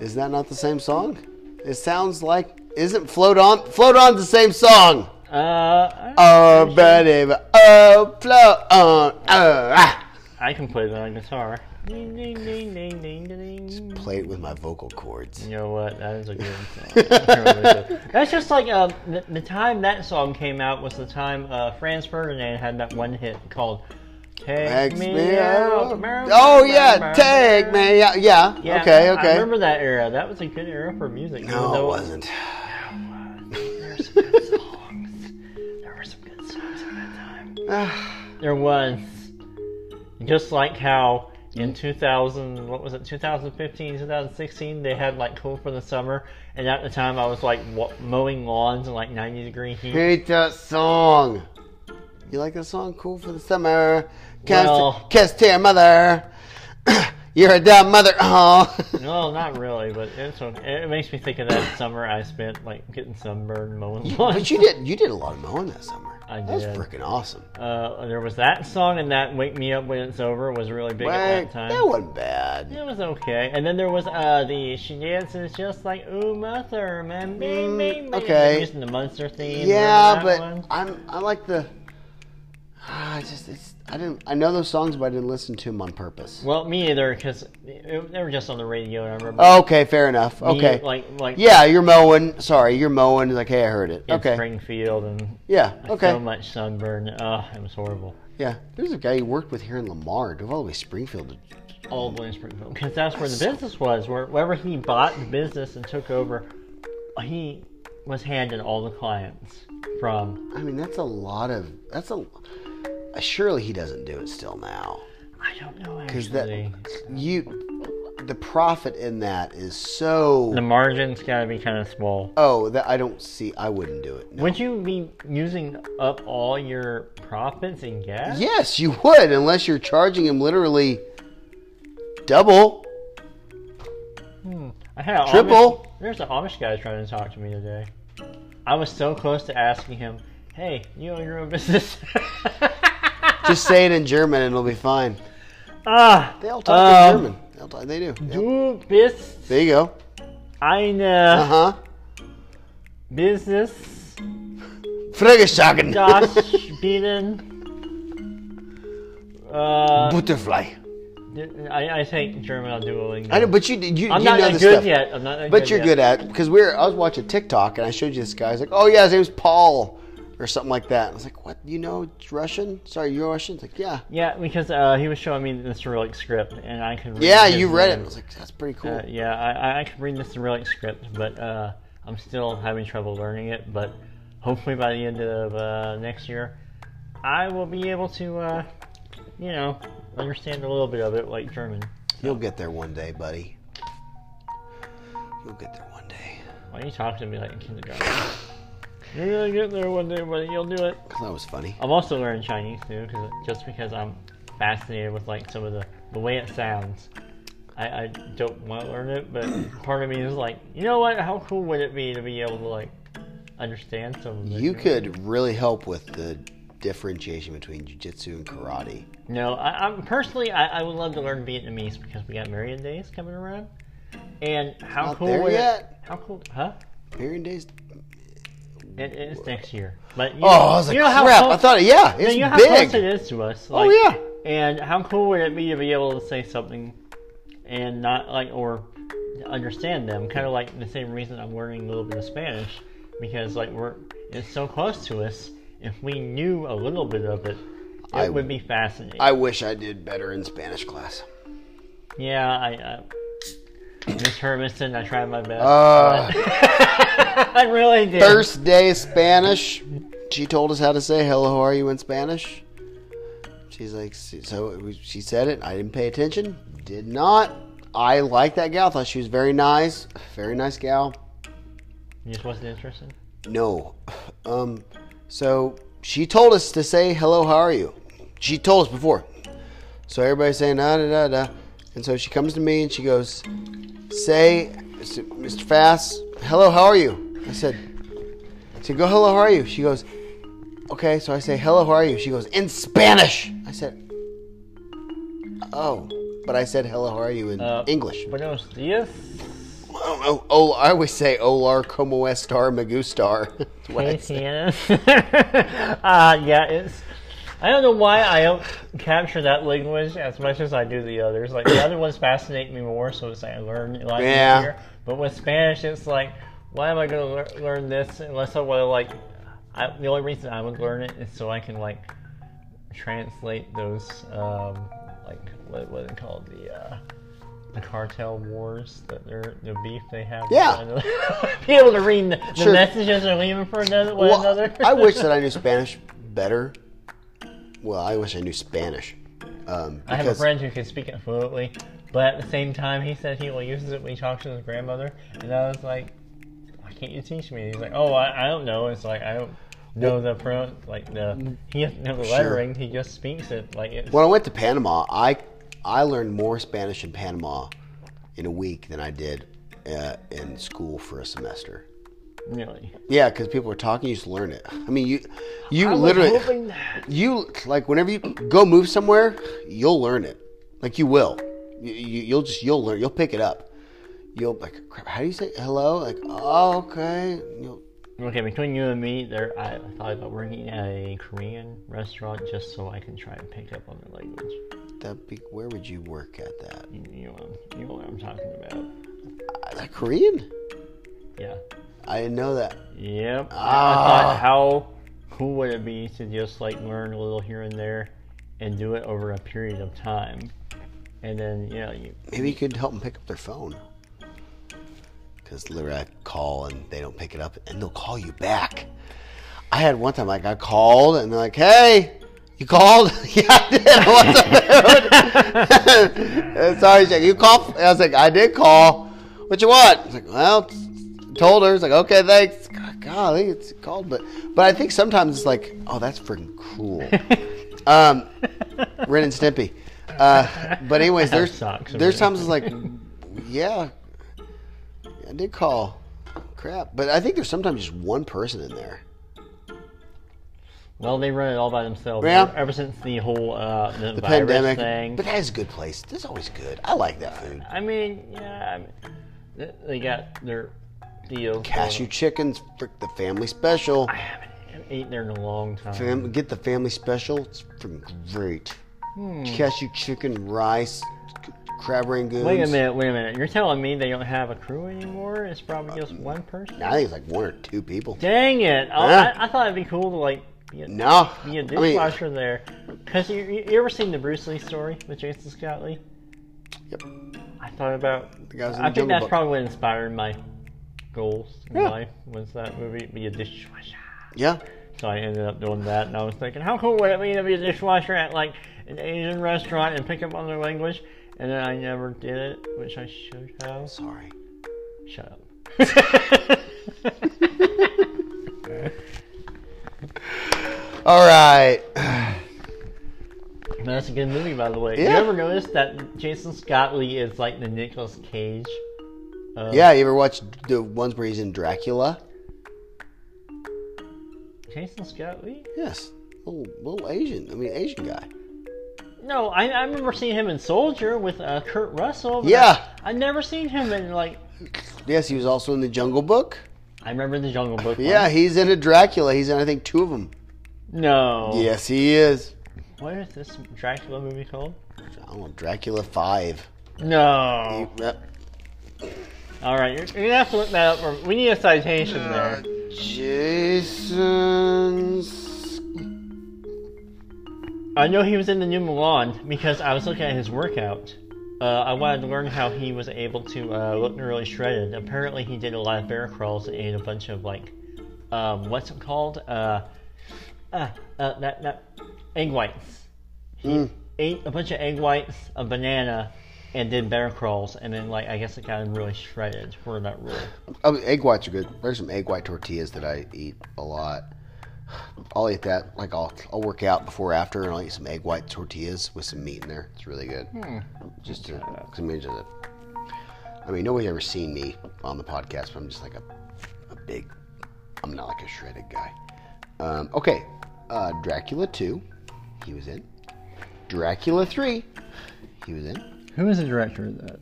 Speaker 1: Is that not the same song? It sounds like isn't float on float on the same song.
Speaker 2: Uh, I-
Speaker 1: Oh, buddy, but- oh, float on. Oh, ah.
Speaker 2: I can play that on guitar. Ding, ding, ding, ding, ding, ding, ding.
Speaker 1: Play it with my vocal cords.
Speaker 2: You know what? That is a good song. That's just like uh, the, the time that song came out was the time uh, Franz Ferdinand had that one hit called "Take
Speaker 1: Take
Speaker 2: Me,
Speaker 1: me
Speaker 2: Out."
Speaker 1: out. Oh yeah, take me out. Yeah.
Speaker 2: Yeah,
Speaker 1: okay.
Speaker 2: I- I
Speaker 1: Okay.
Speaker 2: remember that era. That was a good era for music. even
Speaker 1: no, it
Speaker 2: though-
Speaker 1: wasn't.
Speaker 2: There were some good songs. There were some good songs at that time. there was. Just like how in 2000, what was it, 2015, 2016, they had like Cool for the Summer, and at the time I was like wa- mowing lawns in like 90 degree heat.
Speaker 1: Hate that song. You like that song? Cool for the summer. Kiss,
Speaker 2: Well-
Speaker 1: kiss to your mother. You're a dumb mother. Oh.
Speaker 2: No, not really, but it's, okay. it makes me think of that summer I spent like getting sunburned mowing lawns.
Speaker 1: But you did you did a lot of mowing that summer.
Speaker 2: I did.
Speaker 1: That's freaking awesome.
Speaker 2: Uh, there was that song, and that "Wake Me Up When It's Over" was really big at
Speaker 1: Wait,
Speaker 2: that time.
Speaker 1: that wasn't bad.
Speaker 2: It was okay. And then there was uh the she dances just like Uma Thurman. Me, me, me.
Speaker 1: Mm, okay.
Speaker 2: Using the Munster theme.
Speaker 1: Yeah,
Speaker 2: remember
Speaker 1: but
Speaker 2: that one?
Speaker 1: I'm I like the. Ah, I just it's I didn't I know those songs, but I didn't listen to them on purpose.
Speaker 2: Well, me either, because they were just on the radio, and I remember.
Speaker 1: Okay, fair enough.
Speaker 2: me,
Speaker 1: Oh, Okay,
Speaker 2: Like, like
Speaker 1: yeah, you're mowing. Sorry, you're mowing. Like, hey, I heard it.
Speaker 2: in
Speaker 1: Okay,
Speaker 2: Springfield and
Speaker 1: yeah,
Speaker 2: so
Speaker 1: okay,
Speaker 2: much sunburn. Oh, it was horrible.
Speaker 1: yeah. There's a guy you worked with here in Lamar, drove all the way to Springfield. to-
Speaker 2: All the way in Springfield. Because that's where the business was. Where, wherever he bought the business and took over, he was handed all the clients from
Speaker 1: I mean, that's a lot of that's a. uh, Surely he doesn't do it still now.
Speaker 2: I don't know
Speaker 1: Because that
Speaker 2: actually.
Speaker 1: you, the profit in that is so.
Speaker 2: The margin's gotta be kind of small.
Speaker 1: Oh, that I don't see. I wouldn't do it. No.
Speaker 2: Would you be using up all your profits in gas?
Speaker 1: Yes, you would, unless you're charging him literally double.
Speaker 2: Hmm. I had an
Speaker 1: Triple.
Speaker 2: Amish, there's an Amish guy trying to talk to me today. I was so close to asking him, "Hey, you own your own business."
Speaker 1: Just say it in German, and it'll be fine.
Speaker 2: ah,
Speaker 1: They all talk
Speaker 2: um,
Speaker 1: in German. They, all talk, they do. Yep.
Speaker 2: Du bist
Speaker 1: There you go. Uh-huh. Uh
Speaker 2: eine
Speaker 1: huh.
Speaker 2: Business
Speaker 1: Frageschagen.
Speaker 2: das spielen. Uh,
Speaker 1: Butterfly.
Speaker 2: I, I take German on Duolingo.
Speaker 1: I know, but you you,
Speaker 2: I'm
Speaker 1: you
Speaker 2: not
Speaker 1: know
Speaker 2: that
Speaker 1: this
Speaker 2: good
Speaker 1: stuff.
Speaker 2: yet. I'm not that
Speaker 1: But
Speaker 2: good
Speaker 1: you're
Speaker 2: yet.
Speaker 1: good at because we were. I was watching TikTok and I showed you this guy. He's like, "Oh yeah, his name's Paul or something like that." I was like, "What? You know Russian? Sorry, you're Russian?" It's like, "Yeah,
Speaker 2: Yeah, because uh, he was showing me the Cyrillic script, and I could. Read
Speaker 1: yeah,
Speaker 2: his
Speaker 1: you read it." I
Speaker 2: name.
Speaker 1: was like, "That's pretty
Speaker 2: Uh,
Speaker 1: cool."
Speaker 2: yeah, I, I- I could read the Cyrillic script, but uh, I'm still having trouble learning it. But hopefully by the end of uh, next year, I will be able to, uh, you know, understand a little bit of it, like German.
Speaker 1: You'll get there one day, buddy. You'll get there one day.
Speaker 2: Why you talk to me like in kindergarten? You're gonna get there one day, buddy. You'll do it.
Speaker 1: Cause that was funny.
Speaker 2: I'm also learning Chinese too, cause, just because I'm fascinated with like some of the the way it sounds. I, I don't want to learn it, but part of me is like, you know what? How cool would it be to be able to like understand some of the
Speaker 1: You could really help with the differentiation between jujitsu and karate?
Speaker 2: No, I, I'm personally, I, I would love to learn Vietnamese because we got Marion Days coming around. And how
Speaker 1: Not
Speaker 2: cool
Speaker 1: there
Speaker 2: would it-
Speaker 1: yet.
Speaker 2: How cool, huh?
Speaker 1: Hearing days.
Speaker 2: It, it's next year, but you
Speaker 1: Oh, I was like,
Speaker 2: you know how
Speaker 1: crap.
Speaker 2: close-
Speaker 1: I thought, yeah,
Speaker 2: Yeah,
Speaker 1: it's
Speaker 2: you know how
Speaker 1: big.
Speaker 2: close it is to us.
Speaker 1: Oh,
Speaker 2: like,
Speaker 1: yeah.
Speaker 2: And how cool would it be to be able to say something and not like or understand them? Kind of like the same reason I'm learning a little bit of Spanish because like we're it's so close to us. If we knew a little bit of it, it
Speaker 1: I-
Speaker 2: would be fascinating.
Speaker 1: I wish I did better in Spanish class.
Speaker 2: yeah, I. I Miss Hermiston, I tried my best.
Speaker 1: Uh,
Speaker 2: I really did.
Speaker 1: first day Spanish. She told us how to say "Hello, how are you" in Spanish. She's like, so it was- she said it. I didn't pay attention. Did not. I liked that gal. Thought she was very nice. Very nice gal.
Speaker 2: You just wasn't interested.
Speaker 1: No. Um, so she told us to say hello, how are you? She told us before. So everybody's saying da da da da. And so she comes to me and she goes, Say, Mr. Fast, hello, how are you? I said, She go, hello, how are you? She goes, Okay, so I say, hello, how are you? She goes, In Spanish. I said, Oh, but I said, hello, how are you in
Speaker 2: Uh,
Speaker 1: English.
Speaker 2: Buenos dias.
Speaker 1: Oh, oh, oh, I always say, Olar, como estar, me gustar. That's what I
Speaker 2: Hey,
Speaker 1: say.
Speaker 2: Sienna. uh, yeah, it's. I don't know why I don't capture that language as much as I do the others. Like the other ones fascinate me more, so it's like I learn a lot
Speaker 1: Yeah.
Speaker 2: easier. But with Spanish, it's like, why am I going to learn this unless I want to like? I, the only reason I would learn it is so I can like translate those um, like what what is it called the uh, the cartel wars that they're the beef they have. with
Speaker 1: Yeah.
Speaker 2: one another. Be able to read the, the
Speaker 1: Sure.
Speaker 2: messages they're leaving for another, one
Speaker 1: Well,
Speaker 2: another.
Speaker 1: I wish that I knew Spanish better. Well, I wish I knew Spanish. Um,
Speaker 2: I have a
Speaker 1: because-
Speaker 2: friend who can speak it fluently, but at the same time, he said he will use it when he talks to his grandmother, and I was like, "Why can't you teach me?" He's like, "Oh, I, I don't know." It's like I don't know the pro like the he doesn't know the
Speaker 1: Sure.
Speaker 2: lettering. He just speaks it like it's
Speaker 1: When I went to Panama, I I learned more Spanish in Panama in a week than I did uh, in school for a semester.
Speaker 2: really.
Speaker 1: Yeah, because people were talking, you just learn it. I mean, you you
Speaker 2: I was
Speaker 1: literally
Speaker 2: hoping that-
Speaker 1: you like whenever you go move somewhere, you'll learn it. Like you will, you, you you'll just you'll learn. You'll pick it up. You'll like crap. How do you say hello? Like oh okay. You'll,
Speaker 2: Okay, between you and me, there I thought about working at a Korean restaurant just so I can try and pick up on the language.
Speaker 1: That'd be where would you work at that?
Speaker 2: You, you, know, what I'm- you know what I'm talking about?
Speaker 1: Is that Korean?
Speaker 2: Yeah.
Speaker 1: I didn't know that.
Speaker 2: Yep. I
Speaker 1: Ah.
Speaker 2: thought how cool would it be to just like learn a little here and there, and do it over a period of time, and then you know you.
Speaker 1: Maybe you could help them pick up their phone. Because literally, I call and they don't pick it up, and they'll call you back. I had one time, like I called, and they're like, "Hey, you called? yeah, I did. What's up, dude? Sorry, Jack. You called? And I was like, I did call. What you want? I was like, well, told her. It's like, okay, thanks. God, golly, it's called, but but I think sometimes it's like, oh, that's freaking cool. um, Ren and Stimpy. Uh, but anyways,
Speaker 2: That
Speaker 1: there's
Speaker 2: sucks.
Speaker 1: there's times it's like, yeah, I did call. Crap, but I think there's sometimes just one person in there.
Speaker 2: Well, they run it all by themselves.
Speaker 1: Yeah.
Speaker 2: Ever since the whole uh, the,
Speaker 1: The
Speaker 2: virus
Speaker 1: pandemic,
Speaker 2: thing.
Speaker 1: but that is a good place. That's always good. I like that food.
Speaker 2: I mean, yeah, I mean, th- they got their deals. going.
Speaker 1: Cashew chickens, frick the family special.
Speaker 2: I haven't eaten there in a long time.
Speaker 1: Fam- get the family special. It's freaking great.
Speaker 2: Hmm.
Speaker 1: Cashew chicken, rice, c- crab rangoons.
Speaker 2: Wait a minute, wait a minute. You're telling me they don't have a crew anymore? It's probably just one person?
Speaker 1: I think it's like one or two people.
Speaker 2: Dang it! I,
Speaker 1: Yeah.
Speaker 2: I, I thought it'd be cool to like be a,
Speaker 1: No,
Speaker 2: be a
Speaker 1: I mean,
Speaker 2: dishwasher there. Cause you, you, you ever seen the Bruce Lee story with Jason Scott Lee?
Speaker 1: Yep.
Speaker 2: I thought about.
Speaker 1: The guys in
Speaker 2: I
Speaker 1: the
Speaker 2: think
Speaker 1: Jungle
Speaker 2: that's
Speaker 1: Book.
Speaker 2: probably what inspired my goals in
Speaker 1: Yeah.
Speaker 2: life was that movie be a dishwasher.
Speaker 1: yeah,
Speaker 2: So I ended up doing that, and I was thinking, how cool would it be to be a dishwasher at like an Asian restaurant and pick up on their language? And then I never did it, which I should have.
Speaker 1: sorry.
Speaker 2: Shut up.
Speaker 1: All right.
Speaker 2: Man, That's a good movie, by the way. You
Speaker 1: Yeah.
Speaker 2: ever notice that Jason Scott Lee is like the Nicolas Cage? Of,
Speaker 1: Yeah, you ever watch the ones where he's in Dracula?
Speaker 2: Jason Scott Lee?
Speaker 1: Yes. little, little Asian. I mean, Asian guy.
Speaker 2: No, I, I remember seeing him in Soldier with uh, Kurt Russell. but
Speaker 1: Yeah.
Speaker 2: I, I never seen him in like.
Speaker 1: Yes, he was also in the Jungle Book.
Speaker 2: I remember the Jungle Book. one.
Speaker 1: Yeah, he's in a Dracula. He's in I think two of them.
Speaker 2: No.
Speaker 1: Yes, he is.
Speaker 2: What is this Dracula movie called?
Speaker 1: I don't know, Dracula Five.
Speaker 2: No.
Speaker 1: Yep.
Speaker 2: All right, you're, you're gonna have to look that up. Or we need a citation there.
Speaker 1: Jason's.
Speaker 2: I know he was in the new Milan because I was looking at his workout. Uh, I wanted to learn how he was able to uh, look really shredded. Apparently, he did a lot of bear crawls and ate a bunch of like, um, what's it called? Uh, uh, uh, that that egg whites. He ate a bunch of egg whites, a banana, and did bear crawls. And then, like, I guess it got him really shredded for that rule.
Speaker 1: Oh, egg whites are good. There's some egg white tortillas that I eat a lot. I'll eat that. Like I'll I'll work out before or after, and I'll eat some egg white tortillas with some meat in there. It's really good. Just to, cause I mean, just a, I mean, nobody's ever seen me on the podcast, but I'm just like a a big. I'm not like a shredded guy. Um, okay, uh, Dracula two, he was in. Dracula three, he was in.
Speaker 2: Who is the director of that?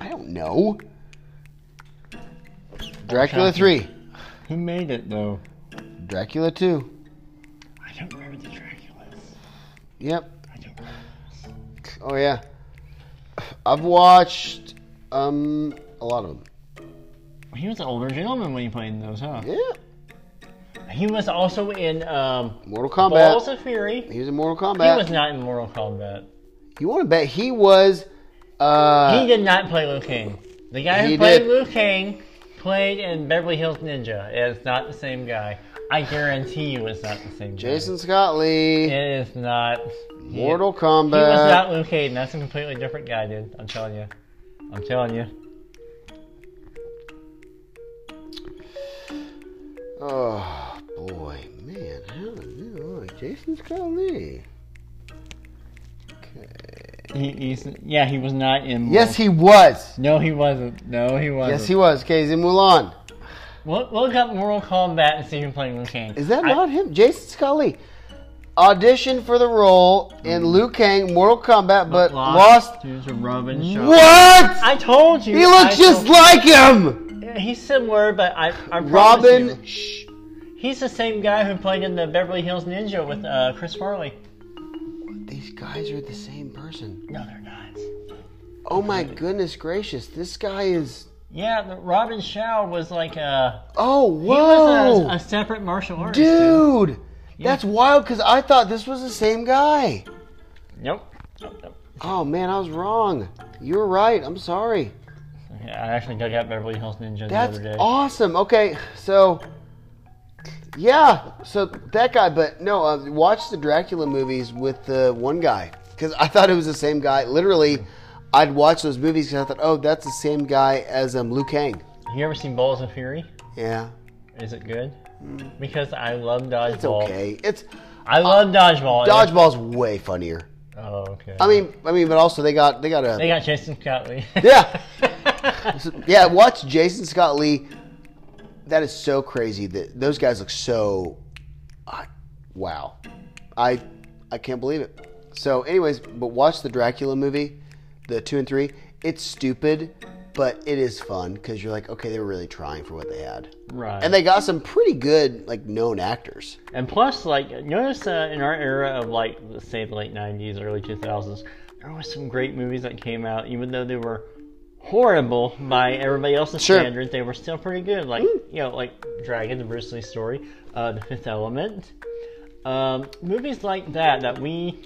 Speaker 1: I don't know. Dracula three.
Speaker 2: Who made it though?
Speaker 1: Dracula 2.
Speaker 2: I don't remember the Draculas.
Speaker 1: Yep.
Speaker 2: I don't remember.
Speaker 1: Oh yeah. I've watched um a lot of them.
Speaker 2: He was an older gentleman when he played in those, huh?
Speaker 1: Yeah.
Speaker 2: He was also in um,
Speaker 1: Mortal Kombat.
Speaker 2: Balls of Fury.
Speaker 1: he was in Mortal
Speaker 2: He
Speaker 1: Kombat.
Speaker 2: was not in Mortal Kombat.
Speaker 1: you want to bet he was uh
Speaker 2: he did not play Liu Kang. The guy
Speaker 1: he
Speaker 2: who played
Speaker 1: did.
Speaker 2: Liu Kang played in Beverly Hills Ninja. It's not the same guy. I guarantee you it's not the same guy.
Speaker 1: Jason Scott Lee,
Speaker 2: It is not. He-
Speaker 1: Mortal
Speaker 2: He was
Speaker 1: Kombat.
Speaker 2: not Liu Kang. That's a completely different guy, dude. I'm telling you. I'm telling you.
Speaker 1: oh boy, man. How did you know? Jason Scott Lee.
Speaker 2: He, he's, yeah, he was not in. Mortal
Speaker 1: Yes, he was.
Speaker 2: No, he wasn't. No, he wasn't.
Speaker 1: Yes, he was. Okay, he's in Mulan.
Speaker 2: Look, look up Mortal Kombat and see who played Liu Kang.
Speaker 1: Is that
Speaker 2: I-
Speaker 1: not him? Jason Scott Lee auditioned for the role in
Speaker 2: Mm.
Speaker 1: Liu Kang Mortal Kombat, but lost
Speaker 2: to the Robin Shaw.
Speaker 1: What?
Speaker 2: I told you.
Speaker 1: He looks
Speaker 2: I
Speaker 1: just like him.
Speaker 2: told- he's similar, but I. I promise
Speaker 1: Robin.
Speaker 2: you,
Speaker 1: Shh.
Speaker 2: he's the same guy who played in the Beverly Hills Ninja with uh, Chris Farley.
Speaker 1: These guys are the same person.
Speaker 2: No, they're not.
Speaker 1: Oh my goodness gracious! This guy is.
Speaker 2: Yeah, the Robin Shaw was like a.
Speaker 1: Oh
Speaker 2: He was a,
Speaker 1: whoa,
Speaker 2: a separate martial artist.
Speaker 1: dude. That's wild because I thought this was the same guy.
Speaker 2: dude. Nope. Nope, nope.
Speaker 1: Oh man, I was wrong. You were right. I'm sorry.
Speaker 2: Yeah, I actually dug out Beverly Hills Ninja
Speaker 1: That's
Speaker 2: the other day.
Speaker 1: awesome. Okay, so yeah, so that guy. But no, uh, watch the Dracula movies with the one guy because I thought it was the same guy. Literally, I'd watch those movies because I thought, oh, that's the same guy as um, Liu Kang.
Speaker 2: You ever seen Balls of Fury?
Speaker 1: Yeah,
Speaker 2: Is it good? Because I love
Speaker 1: Mm. it's
Speaker 2: dodgeball.
Speaker 1: okay. It's
Speaker 2: I love dodgeball.
Speaker 1: dodgeball's way funnier.
Speaker 2: Oh, okay.
Speaker 1: I mean, I mean, but also they got they got
Speaker 2: they
Speaker 1: a
Speaker 2: got Jason Cotley.
Speaker 1: yeah, yeah. Watch Jason Scott Lee. That is so crazy that those guys look so. I wow, I I can't believe it. So, anyways, but watch the Dracula movie, the two and three. It's stupid, but it is fun because you're like, okay, they were really trying for what they had,
Speaker 2: right.
Speaker 1: and they got some pretty good like known actors.
Speaker 2: And plus, like, notice uh, in our era of like, let's say the late '90s, early 2000s, there was some great movies that came out, even though they were horrible by everybody else's
Speaker 1: Sure. Mm.
Speaker 2: standards. They were still pretty good. Like, you know, like Dragon, the Bruce Lee story, uh, The Fifth Element, um, movies like that that we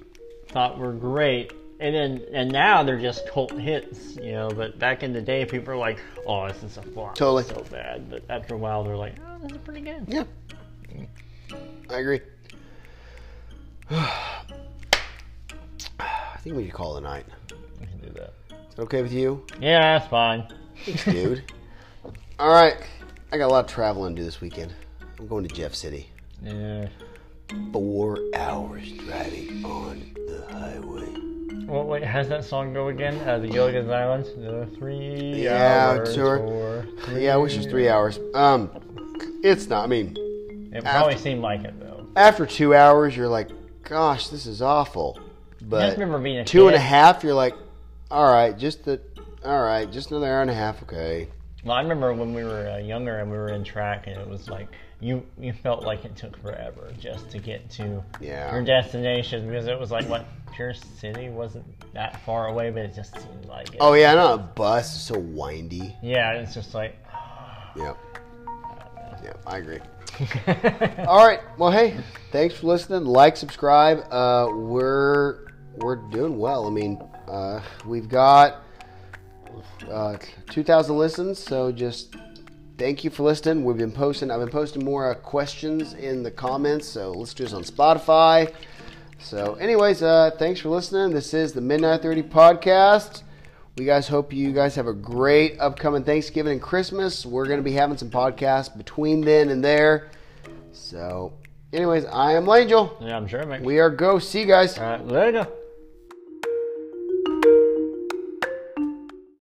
Speaker 2: thought were great. And then, and now they're just cult hits, you know. But back in the day, people were like, "Oh, this is a flop,
Speaker 1: Totally.
Speaker 2: it's so bad." But after a while, they're like, "Oh, this is pretty good."
Speaker 1: Yeah, I agree. I think we could call it a night.
Speaker 2: We can do that.
Speaker 1: Is that okay with you?
Speaker 2: Yeah, that's fine.
Speaker 1: dude. All right, I got a lot of traveling to do this weekend. I'm going to Jeff City.
Speaker 2: Yeah.
Speaker 1: Four hours driving on the highway.
Speaker 2: Well, wait, how's that song go again? Uh, the Gilligan's Island? The three
Speaker 1: Yeah,
Speaker 2: hour
Speaker 1: tour.
Speaker 2: tour.
Speaker 1: Yeah, I wish it was three hours. Um, it's not. I mean,
Speaker 2: It probably seemed like it, though.
Speaker 1: after two hours, you're like, gosh, this is awful.
Speaker 2: I
Speaker 1: But
Speaker 2: just remember being a
Speaker 1: two and a
Speaker 2: kid.
Speaker 1: half, you're like, all right, just the, all right, just another hour and a half, okay.
Speaker 2: Well, I remember when we were uh, younger and we were in track, and it was like you you felt like it took forever just to get to
Speaker 1: Yeah.
Speaker 2: your destination because it was like what Pierce City wasn't that far away, but it just seemed like it.
Speaker 1: Oh yeah, I know a bus is so windy.
Speaker 2: Yeah, it's just like
Speaker 1: Yep. Yep, I agree. All right. Well, hey, thanks for listening. Like, subscribe. Uh, we're we're doing well. I mean, uh, we've got uh, 2,000 listens. So just thank you for listening. We've been posting. I've been posting more uh, questions in the comments. So let's do this on Spotify. So, anyways, uh, thanks for listening. This is the Midnight 30 podcast. We guys hope you guys have a great upcoming Thanksgiving and Christmas. We're going to be having some podcasts between then and there. So, anyways, I am Langel.
Speaker 2: yeah, I'm sure.
Speaker 1: E We are go. See you guys.
Speaker 2: All right, later.